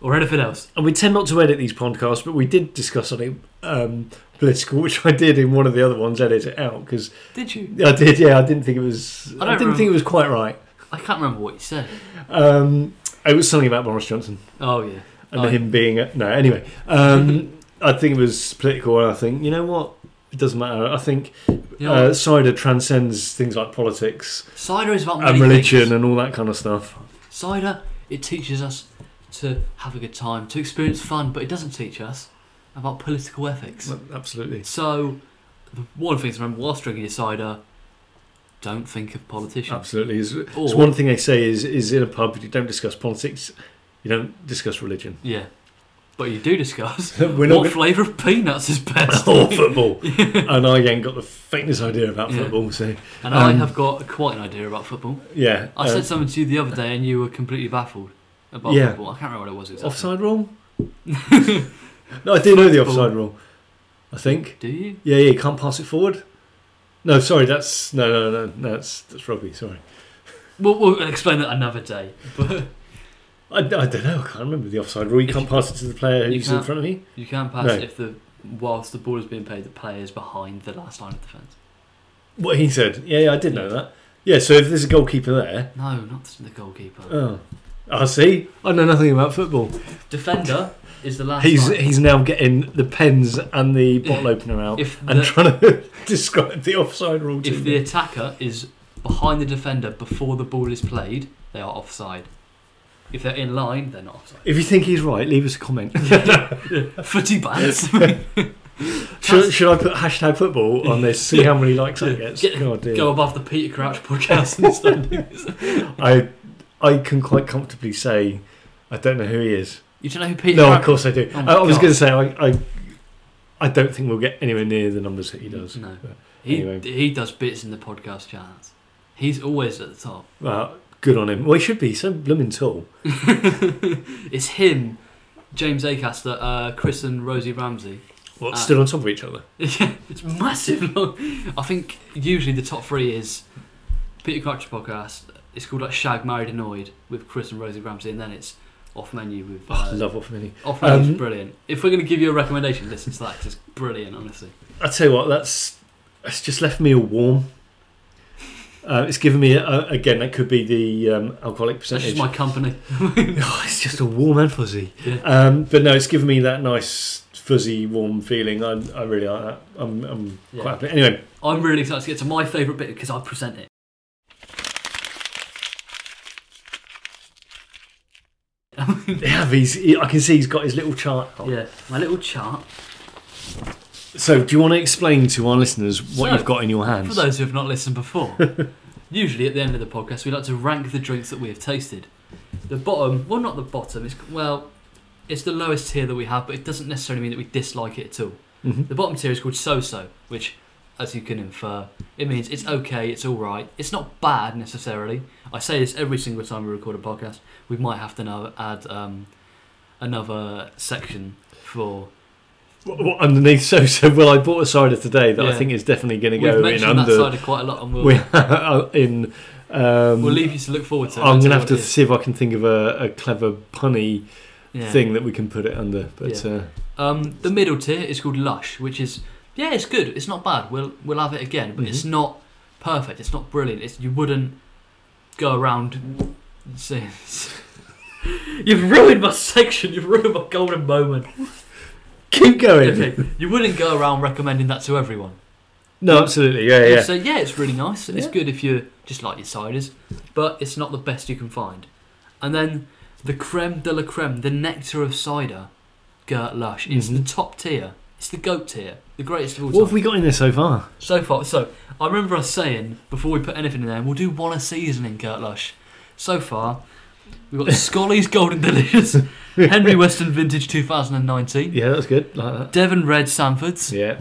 or anything else. and we tend not to edit these podcasts, but we did discuss something um, political, which I did in one of the other ones. Edit it out because Did you? I did. Yeah, I didn't think it was. I I, don't didn't think it was quite right. I can't remember what you said. Um, it was something about Boris Johnson Oh yeah. and Oh. him being a, no. Anyway, um, I think it was political, and I think you know what. It doesn't matter. I think You know, uh, cider transcends things like politics cider is about and Oh, many religion things. and all that kind of stuff. Cider, it teaches us to have a good time, to experience fun, but it doesn't teach us about political ethics. Absolutely. So, the one thing to remember whilst drinking your cider, don't think of politicians. Absolutely. It's, it's Or- one thing they say is, is in a pub, you don't discuss politics, you don't discuss religion. Yeah. But you do discuss We're what not gonna- flavour of peanuts is best. or football, and I ain't got the faintest idea about Yeah. football. So And I Um, have got quite an idea about football. yeah, I uh, said something to you the other day and you were completely baffled about Yeah. football. I can't remember what it was exactly. offside rule. no, I do know the Football. offside rule. I think. Do you? Yeah, yeah, you can't pass it forward. No, sorry, that's no, no, no, no that's that's Robbie. Sorry, We'll, we'll explain that another day. But I, I don't know. I can't remember the offside rule. You If can't pass it to the player you who's in can't. front of you. you can't pass No. if the whilst the ball is being played, the player is behind the last line of defence. What he said. Yeah, yeah, I did know that. Yeah, so if there's a goalkeeper there, No, not the goalkeeper. oh, I see. I know nothing about football. Defender is the last. He's line. he's now getting the pens and the bottle opener out if and the, trying to describe the offside rule. To if the me. attacker is behind the defender before the ball is played, they are offside. If they're in line, they're not offside. if you think he's right, leave us a comment. Footy bands. should, should I put hashtag football on this? See how many likes I get. Get- God, dear. Go above the Peter Crouch podcast and stuff. I I can quite comfortably say I don't know who he is. You don't know who Peter no, Crouch of course I do. Oh I, my I was God. going to say I, I I don't think we'll get anywhere near the numbers that he does. No. He, Anyway. he does bits in the podcast channels. He's always at the top. Well, good on him. Well, he should be. He's so blooming tall. it's him, James Acaster, uh, Chris and Rosie Ramsey. What, Ah. stood on top of each other. it's massive. Long. I think usually the top three is Peter Crouch podcast. It's called like Shag Married Annoyed with Chris and Rosie Ramsey, and then it's off menu with Oh, I uh, love off mini. off menu is Um, brilliant. If we're going to give you a recommendation, listen to that 'cause it's brilliant, honestly. I tell you what, that's that's just left me all warm. Uh, it's given me a, again. That could be the um, alcoholic That's percentage. just my company. Oh, it's just a warm and fuzzy. Yeah. Um, but no, it's given me that nice fuzzy, warm feeling. I, I really like that. I'm, I'm Yeah. quite happy. Anyway, I'm really excited to get to my favourite bit because I present it. yeah, he's, he, I can see he's got his little chart. on. Yeah, my little chart. So, do you want to explain to our listeners what So, you've got in your For hands? those who have not listened before, usually at the end of the podcast, we like to rank the drinks that we have tasted. The bottom, well, not the bottom, it's, well, it's the lowest tier that we have, but it doesn't necessarily mean that we dislike it at all. Mhm. The bottom tier is called so so, which, as you can infer, it means it's okay, it's alright, it's not bad necessarily. I say this every single time we record a podcast. We might have to now add um, another section for. What, what underneath? So, so well, I bought a cider today that I Yeah. think is definitely going to We've go in mentioned that under. side quite a lot, and we'll, We in. Um, we'll leave you to look forward to it. I'm going until to have it to is. see if I can think of a, a clever punny Yeah. thing that we can put it under. But Yeah. uh, Um, the middle tier is called Lush, which is yeah, it's good. It's not bad. We'll we'll have it again, but it's Mhm. not perfect. It's not brilliant. It's you wouldn't go around saying. You've ruined my section. You've ruined my golden moment. keep going. Okay, you wouldn't go around recommending that to everyone. No, absolutely. Yeah, You'd yeah. say, yeah, it's really nice. It's Yeah. good if you just like your ciders, but it's not the best you can find. And then the creme de la creme, the nectar of cider, Gert Lush, is the Mhm. top tier. It's the goat tier, the greatest of all What have time. we got in there so far? So far, so I remember us saying before we put anything in there, we'll do one a season in Gert Lush. So far, we've got Scully's Golden Delicious, Henry Weston Vintage 2019, Yeah, that's good. Like Devon Red Sanford's, that. Yeah.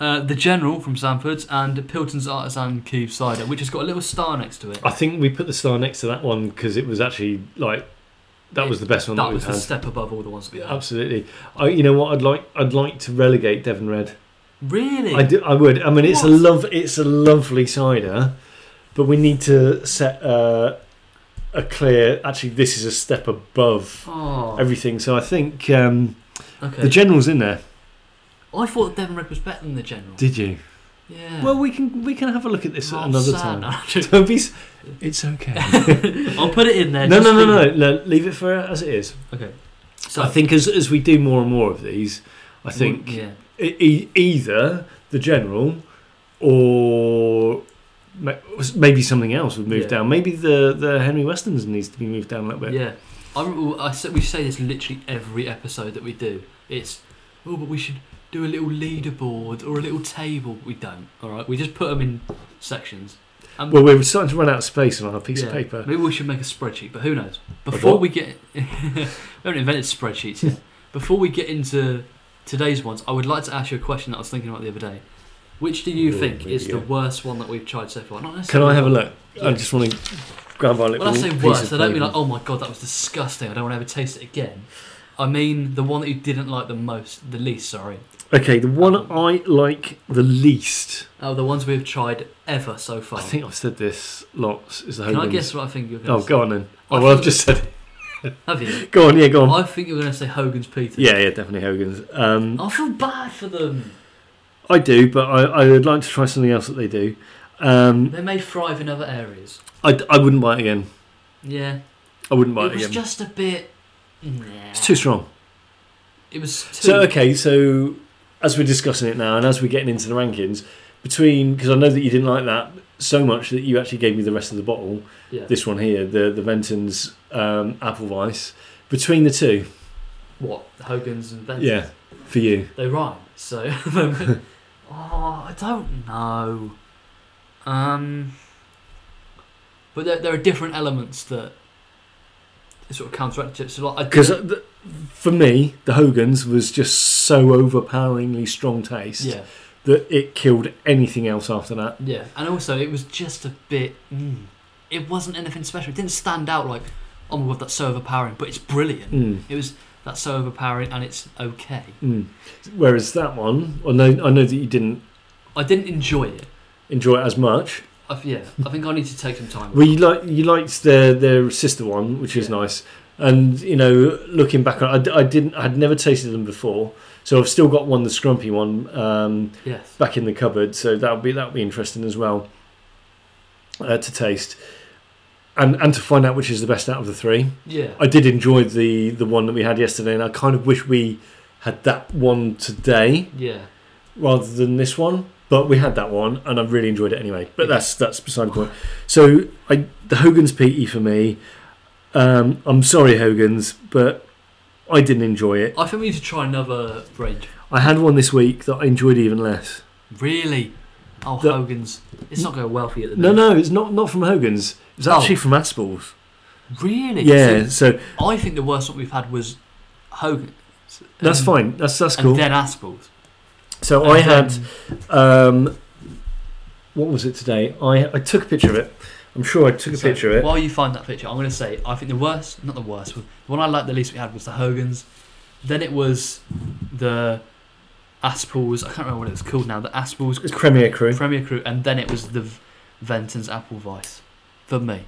uh, the General from Sanford's and Pilton's Artisan Cube Cider, which has got a little star next to it. I think we put the star next to that one because it was actually like that was the best one that, That was the we've had. step above all the ones that we had. Absolutely. I, you know what? I'd like I'd like to relegate Devon Red. Really? I do. I would. I mean, it's a What? love. It's a lovely cider, but we need to set uh, a clear. Actually, this is a step above Oh, everything. So I think um, okay. the general's in there. I thought Devon Red was better than the General. Did you? yeah. Well, we can we can have a look at this Oh, another sad. time. No, Don't be. s- It's okay. I'll put it in there. no, just no, no, for you. no, no. Leave it for uh, as it is. Okay. So I think as as we do more and more of these, I think Yeah. e- e- either the general or ma- maybe something else would move Yeah. down. Maybe the the Henry Weston's needs to be moved down a little bit. Yeah. I, remember- I say, we say this literally every episode that we do. It's, oh, but we should do a little leaderboard or a little table. We don't, all right? We just put them in sections. And Well, we're starting to run out of space on our piece of Yeah, paper. Maybe we should make a spreadsheet, but who knows? Before what? we get, we haven't invented spreadsheets yet. Before we get into today's ones, I would like to ask you a question that I was thinking about the other day. Which do you Ooh, think here is we the go. worst one that we've tried so far? Not Can necessarily. I have a look? I Yeah. just want to grab our little. When I say piece worst, of I don't mean paper. like, oh my god, that was disgusting. I don't want to ever taste it again. I mean the one that you didn't like the most, the least. Sorry. Okay, the one I like the least, Oh, the ones we've tried ever so far. I think I've said this lots, is the Can I Hogan's. guess what I think you're going Oh, to go on then. I Oh, well, I've think- just said it. Have you? Go on, yeah, go on. I think you're going to say Hogan's Peter. Yeah, yeah, definitely Hogan's. Um, I feel bad for them. I do, but I, I would like to try something else that they do. Um, They may thrive in other areas. I, I wouldn't buy it again. Yeah. I wouldn't buy it it, was again. just a bit. Nah. It's too strong. It was too. So okay, so as we're discussing it now, and as we're getting into the rankings, between because I know that you didn't like that so much that you actually gave me the rest of the bottle. Yeah. This one here, the the Venton's um, apple vice. Between the two, What? Hogan's and Ben's? yeah, for you, They rhyme. So. oh, I don't know. Um. But there, there are different elements that sort of counteract it. So, like, I because didn't- uh, for me, the Hogan's was just so overpoweringly strong taste Yeah. that it killed anything else after that. Yeah, and also it was just a bit. Mm, it wasn't anything special. It didn't stand out like, oh my god, that's so overpowering, but it's brilliant. Mm. It was that's so overpowering and it's okay. Mm. Whereas that one, I know, I know that you didn't I didn't enjoy it. enjoy it as much. I, yeah, I think I need to take some time. Well, you like you liked their their sister one, which is Yeah. nice. And you know, looking back on, I, I didn't, I'd never tasted them before, so I've still got one, the scrumpy one, um, yes. back in the cupboard. So that'll be that'll be interesting as well uh, to taste, and and to find out which is the best out of the three. Yeah. I did enjoy the the one that we had yesterday, and I kind of wish we had that one today yeah. rather than this one. But we had that one, and I really enjoyed it anyway. But that's that's beside the point. So I, the Hogan's PE for me. Um, I'm sorry, Hogan's, but I didn't enjoy it. I think we need to try another range. I had one this week that I enjoyed even less. Really? Oh, The- Hogan's. It's not going well for you at the No, minute. no, it's not not from Hogan's. It's Oh. actually from Aspel's. Really? Yeah, So so I think the worst one we've had was Hogan. that's Um, fine. That's that's And cool. then Aspel's. So And I had then- um, what was it today? I I took a picture of it. I'm sure I took a So, picture of it. While you find that picture, I'm going to say I think the worst, not the worst, the one I liked the least we had was the Hogan's. Then it was the Aspels. I can't remember what it was called now. The Aspels It's Premier Crew. Premier Crew, and then it was the V- Venton's Apple Vice for me.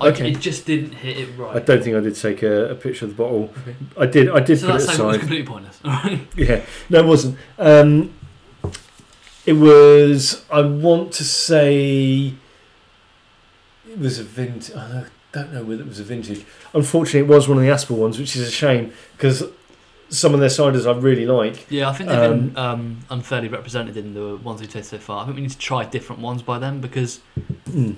I, Okay. It just didn't hit it right. I don't think I did take a, a picture of the bottle. Okay. I did. I did So put that it segment was aside. completely pointless. All right. Yeah, no, it wasn't. Um, it was. I want to say it was a vintage. I don't know whether it was a vintage. Unfortunately, it was one of the Aspel ones, which is a shame because some of their ciders I really like. Yeah, I think they've been um, unfairly represented in the ones we tasted so far. I think we need to try different ones by them because Mm.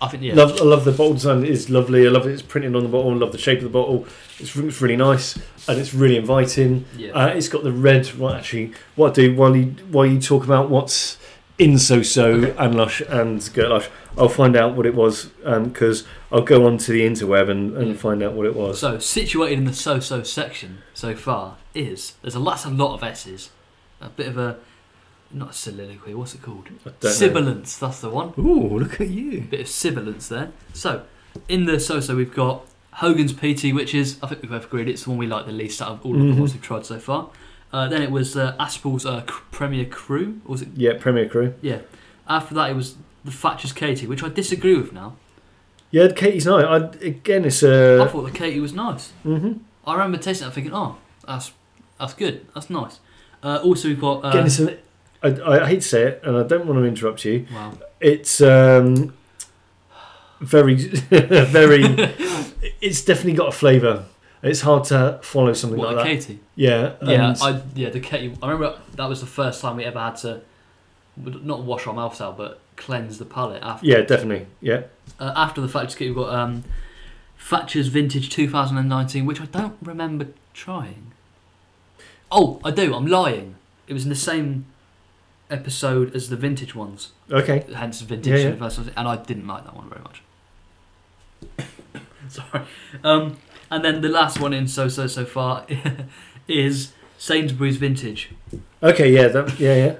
I think yeah, Love, I love the bottle design. It is lovely. I love it. It's printed on the bottle. I love the shape of the bottle. It's, re- it's really nice and it's really inviting. yeah. Uh, it's got the red. Well, actually, what I do while you while you talk about what's in so so Okay. and lush and go lush, I'll find out what it was because I'll go on to the interweb and, and Yeah. find out what it was. Mm. So, situated in the so-so section so far is there's a that's a lot of S's, a bit of a not a soliloquy. What's it called? I don't know. Sibilance. That's the one. Ooh, look at you! Bit of sibilance there. So, in the so-so we've got Hogan's PT, which is I think we've both agreed it's the one we like the least out of all of the Mhm. ones we've tried so far. Uh, then it was uh, Aspel's uh, C- Premier Crew, or was it? Yeah, Premier Crew. Yeah. After that, it was the Thatcher's Katie, which I disagree with now. Yeah, Katie's night. I, again, it's I a. thought the Katie was nice. hmm I remember tasting it thinking, oh, that's that's good, that's nice. Uh, also, we've got. Uh, Again, it's an. I, I hate to say it, and I don't want to interrupt you. wow. It's um, very, very. it's definitely got a flavour. It's hard to follow something What, like a that. Katie? Yeah, Yeah, and- I, yeah, the Katie. I remember that was the first time we ever had to not wash our mouths out, but cleanse the palate after. Yeah, definitely. Yeah. Uh, after the Thatcher's Katie, we've got um, Thatcher's Vintage 2019, which I don't remember trying. Oh, I do, I'm lying. It was in the same episode as the vintage ones, Okay. hence Yeah, vintage yeah. 2019, and I didn't like that one very much. Sorry. Um, and then the last one in so so so far is Sainsbury's Vintage. Okay. Yeah. That, yeah. Yeah.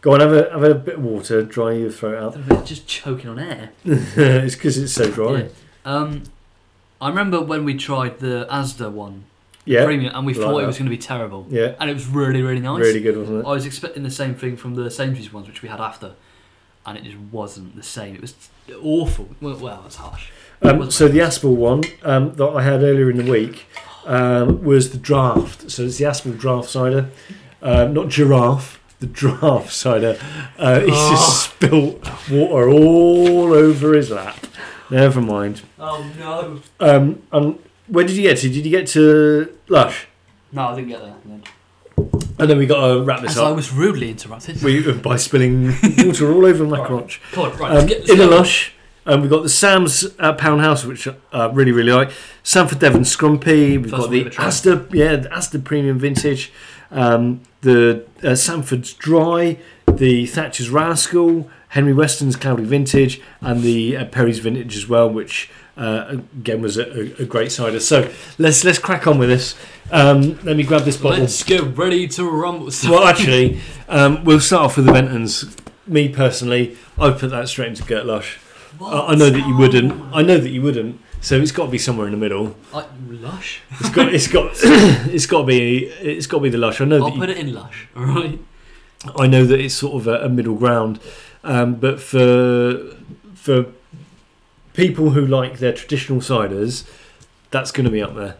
Go on. Have a have a bit of water. Dry your throat out. They're just choking on air. it's because it's so Yeah. dry. Um, I remember when we tried the Asda one. Yeah. premium, and we Like thought that. it was going to be terrible. Yeah. And it was really, really nice. Really good, wasn't it? I was expecting the same thing from the Sainsbury's ones, which we had after, and it just wasn't the same. It was awful. Well, well that's harsh. Um, so the Aspel one um, that I had earlier in the week um, was the draft. So it's the Aspel draft cider, um, not giraffe. The draft cider. Uh, he's just spilt water all over his lap. Never mind. Oh no! Um, and where did you get to? Did you get to Lush? No, I didn't get there. in the end. And then we got to wrap this As I up was rudely interrupted. we, by spilling water all over my Alright. crotch. Come on, right? Um, Let's get, let's in a get- lush, and we've got the Sam's uh, Pound House, which I uh, really, really like. Sanford Devon Scrumpy. We've First got one we've the ever tried. Asda, yeah, the Asda Premium Vintage, um, the uh, Sanford's Dry, the Thatcher's Rascal, Henry Weston's Cloudy Vintage, and the uh, Perry's Vintage as well, which uh, again was a, a, a great cider. So let's let's crack on with this. Um, let me grab this bottle. Let's get ready to rumble. Well, actually, um, we'll start off with the Bentons. Me personally, I'd put that straight into Gert Lush. I I know that you wouldn't. I know that you wouldn't. So it's got to be somewhere in the middle. I, lush. It's got. It's got. it's got to be. It's got to be the Lush. I know I'll that. put You, it in lush. All right. I know that it's sort of a, a middle ground. Um, but for for people who like their traditional ciders, that's going to be up there.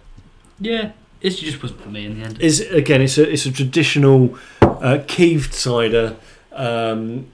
Yeah, it just wasn't for me in the end. is again it's a it's a traditional uh, keeved cider. Um,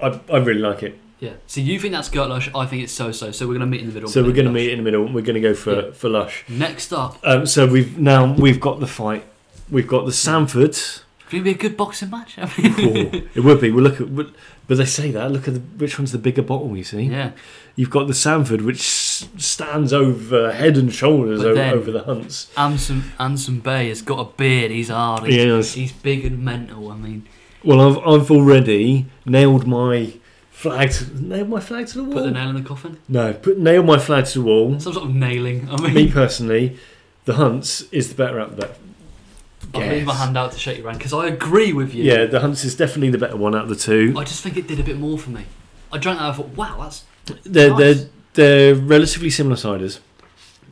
I, I really like it. Yeah. So you think that's Gert Lush? I think it's so so. So we're gonna meet in the middle. So we're going to Lush. meet in the middle. and We're going to go for Yeah. for lush. Next up, Um, so we've now we've got the fight. We've got the Sanfords. could it be a good boxing match? I mean- Ooh, it would be. We look at, we- but they say that. Look at the, which one's the bigger bottle. You see, yeah. you've got the Sanford, which s- stands over head and shoulders But o- then- over the hunts. Anson Anson Bay has got a beard. He's hard. He's, Yes. he's big and mental. I mean, Well, I've I've already nailed my flag. To, nailed my flag to the wall. put the nail in the coffin. no, put nailed my flag to the wall. Some sort of nailing. I me mean, personally, the hunts is the better out of the bet. I'll leave my hand out to shake your hand because I agree with you. Yeah, the hunts is definitely the better one out of the two. I just think it did a bit more for me. I drank that. I thought, wow, that's They're nice. they're they're relatively similar ciders.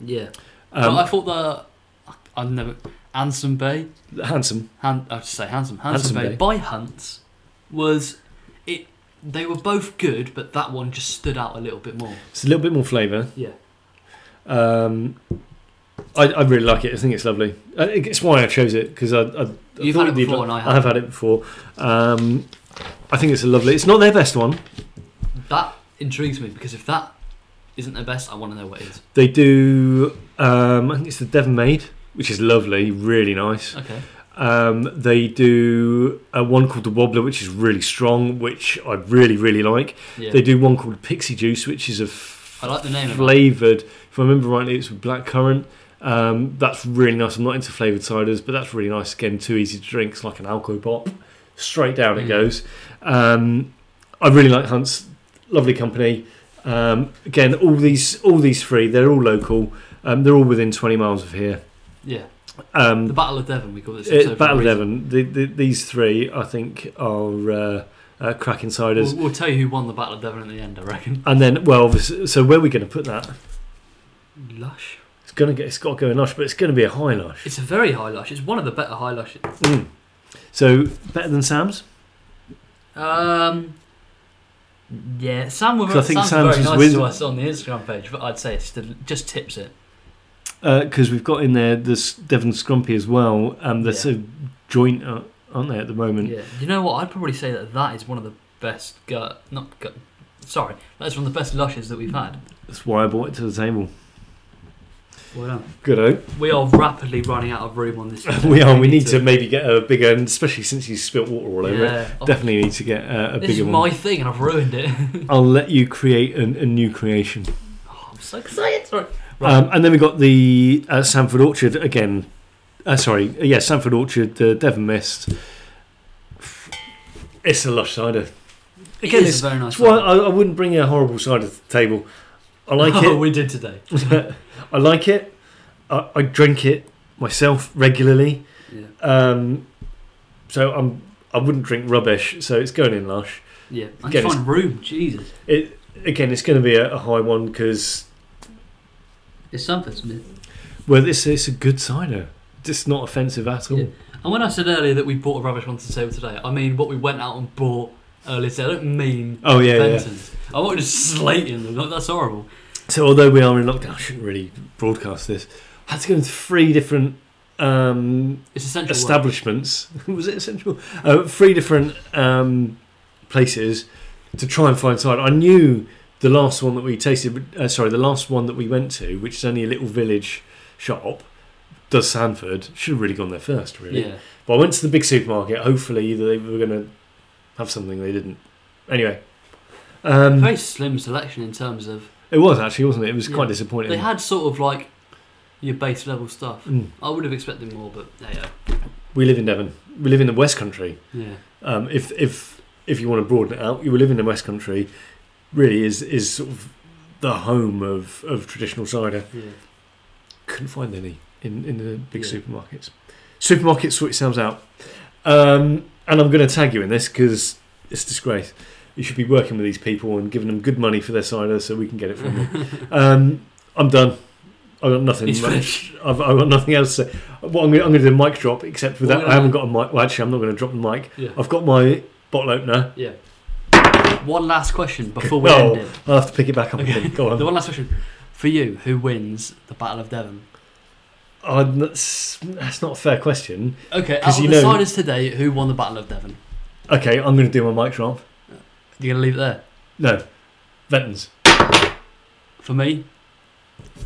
yeah. but I Um, thought the I never Anson Bay. handsome. Han, I should say handsome. Handsome Handsome, Bay. Bay, by Hunts was it. They were both good, but that one just stood out a little bit more. It's a little bit more flavour. Yeah. Um, I, I really like it. I think it's lovely. I, it's why I chose it because I, I, I You've thought had it you'd before like- and I I have had it before. Um, I think it's a lovely. It's not their best one. That intrigues me because if that isn't the best, I want to know what is. They do. Um, I think it's the Devon Maid, which is lovely, really nice. Okay. Um, they do uh, one called the Wobbler, which is really strong, which I really really like. Yeah. They do one called Pixie Juice, which is a f- I like the name of that. flavored. If I remember rightly, it's with black currant. Um, that's really nice. I'm not into flavored ciders, but that's really nice. Again, too easy to drink. It's like an alco pop. Straight down it Mm. goes. Um, I really like Hunts. Lovely company. Um, again, all these all these three, they're all local. Um, they're all within 20 miles of here. yeah. Um, The Battle of Devon. We call this. uh, episode for Battle a of Devon. reason. The, the, these three, I think, are uh, uh, crack insiders. We'll, we'll tell you who won the Battle of Devon in the end. I reckon. and then, well, this- so where are we going to put that? Lush. It's going to get. It's got to go in lush, but it's going to be a high lush. It's a very high lush. It's one of the better high lushes. Mm. So better than Sam's Um. Yeah, Sam was, 'Cause I think Sam's Sam's very is nice with- to us on the Instagram page, but I'd say it's still, just tips it. because uh, we've got in there this Devon Scrumpy as well. Um, they're Yeah. so joint, uh, aren't they, at the moment? Yeah, you know what? I'd probably say that that is one of the best gut, not gut. Sorry, that's one of the best lushes that we've had. That's why I brought it to the table. Well done. Good oh. We are rapidly running out of room on this. we are. We need to maybe get a bigger, and especially since you spilt water all over it. yeah. Oh, Definitely need to get uh, a this bigger is one. my thing, and I've ruined it. I'll let you create an, a new creation. Oh, I'm so excited. Sorry. Right. Um, and then we got the uh, Sanford Orchard again. Uh, sorry, yeah, Sanford Orchard, the Devon Mist. It's a lush cider. Again, it it's, is a very nice. it's why one. I, I wouldn't bring a horrible cider to the table. I like oh, it. we did today. I like it. I, I drink it myself regularly. Yeah. Um, so I'm. I wouldn't drink rubbish. So it's going in lush. Yeah. I Again, can it's- find room. Jesus. It again. It's going to be a, a high one because It's something. Smith. well, it's it's a good cider. just not offensive at all. Yeah. And when I said earlier that we bought a rubbish one to the table today, I mean what we went out and bought earlier today. I don't mean Oh yeah, yeah. Fenton's. I wasn't just slating them. Like, that's horrible. So although we are in lockdown, I shouldn't really broadcast this. I had to go into three different um, It's essential. work. establishments. Was it essential? Uh, three different um, places to try and find cider. I knew the last one that we tasted. Uh, sorry, the last one that we went to, which is only a little village shop, does Sanford. Should have really gone there first, really. Yeah. But I went to the big supermarket. Hopefully, they were going to have something. They didn't. Anyway, um, Very slim selection in terms of it was actually wasn't it? It was Yeah. quite disappointing. they had sort of like your base level stuff. Mm. I would have expected more, but yeah, We live in Devon. We live in the West Country. yeah. Um, if if if you want to broaden it out, you live in the West Country. Really, is is sort of the home of, of traditional cider. yeah. Couldn't find any in, in the big Yeah. supermarkets. Supermarkets sort yourselves out. Um, and I'm going to tag you in this because it's disgrace. You should be working with these people and giving them good money for their cider so we can get it from them. um, I'm done. I've got nothing. He's much- finished. I've, I've got nothing else to say. What I'm going, I'm going to do a mic drop, except for Well, that we're I haven't got a mic. Well, actually, I'm not going to drop the mic. Yeah. I've got my bottle opener. Yeah. One last question before we No. end it. I'll have to pick it back up again. Go The on. one last question for you: Who wins the Battle of Devon? Oh, that's, that's not a fair question. Okay, out 'Cause of you the know- siders today, who won the Battle of Devon? Okay, I'm going to do my mic drop. You're gonna leave it there No, Ventons. for me.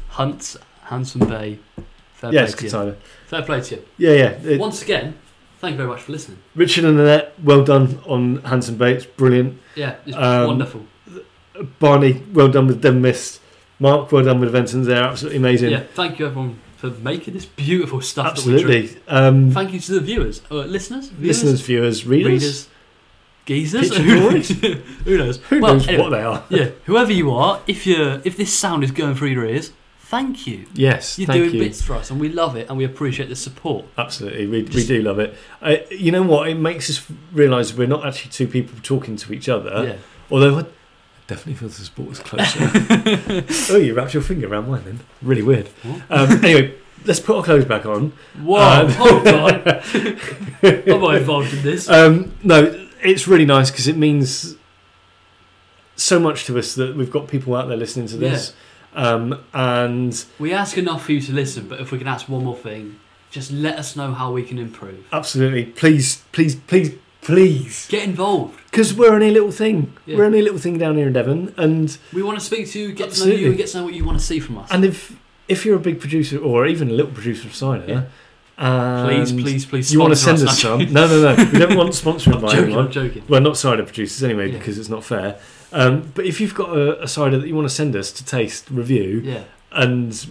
Hunt's Handsome Bay. Fair Yes, play good to you. cider. Fair play to you. Yeah, yeah. It- Once again, thank you very much for listening. Richard and Annette, well done on Handsome Bates. Brilliant. Yeah, it's Um, wonderful. Barney, well done with Dem Mist. Mark, well done with Ventons. They're absolutely amazing. Yeah, thank you everyone for making this beautiful stuff. That we absolutely. Um, Thank you to the viewers, uh, listeners, viewers, listeners, viewers, readers. readers, geezers. Picture Who knows? Who knows? Who well, knows anyway, what they are? yeah, whoever you are, if you if this sound is going through your ears, thank you. Yes, You're thank doing you. bits for us, and we love it, and we appreciate the support. Absolutely, we, we Just- do love it. Uh, you know what? It makes us realise we're not actually two people talking to each other. yeah. Although I definitely feels this brought us closer. oh, you wrapped your finger around mine then. Really weird. What? Um, anyway, let's put our clothes back on. Whoa! Um, hold on. Am I involved in this? Um, no, it's really nice because it means so much to us that we've got people out there listening to this. Um, and we ask enough for you to listen, but if we can ask one more thing, just let us know how we can improve. absolutely, please, please, please, please. Get involved. Because we're only a little thing. Yeah. We're only a little thing down here in Devon, and We want to speak to you, get to know Absolutely. you, and get to know what you want to see from us. and if if you're a big producer or even a little producer of cider, and please, please, please. um, you want to sponsor send us No, some? No, no, no. We don't want sponsoring I'm by joking. I'm anyone. joking. Well, not cider producers anyway, Yeah. because it's not fair. Um, but if you've got a, a cider that you want to send us to taste, review, Yeah. and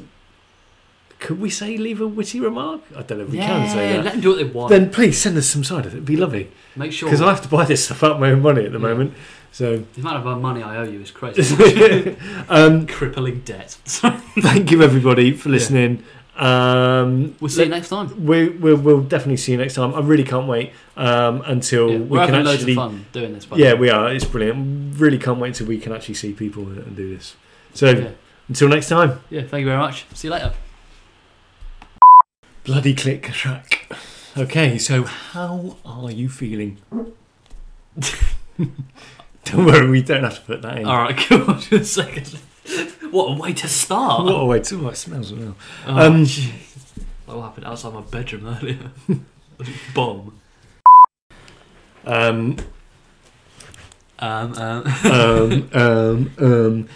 could we say leave a witty remark? I don't know if we yeah, can say that. Let them do what they want. Then please send us some cider. It'd be lovely Make sure. because I have to buy this stuff out of my own money at the Yeah. moment. So, The amount of uh, money I owe you is crazy. um, Crippling debt. thank you everybody for listening. Um, we'll see you let- next time. we, we, we'll definitely see you next time. I really can't wait um, until Yeah, we we're can having actually. loads of fun doing this. By the Yeah, way. we are. It's brilliant. Really can't wait until we can actually see people and and do this. So yeah. until next time, yeah. Thank you very much. See you later. bloody click track. Okay, so how are you feeling? don't worry, we don't have to put that in. All right. Cool. Just a second. What a way to start. What a way to oh, it smells well. Oh, Um, jeez. what happened outside my bedroom earlier? Bomb. Um, Um, um, um, um, um,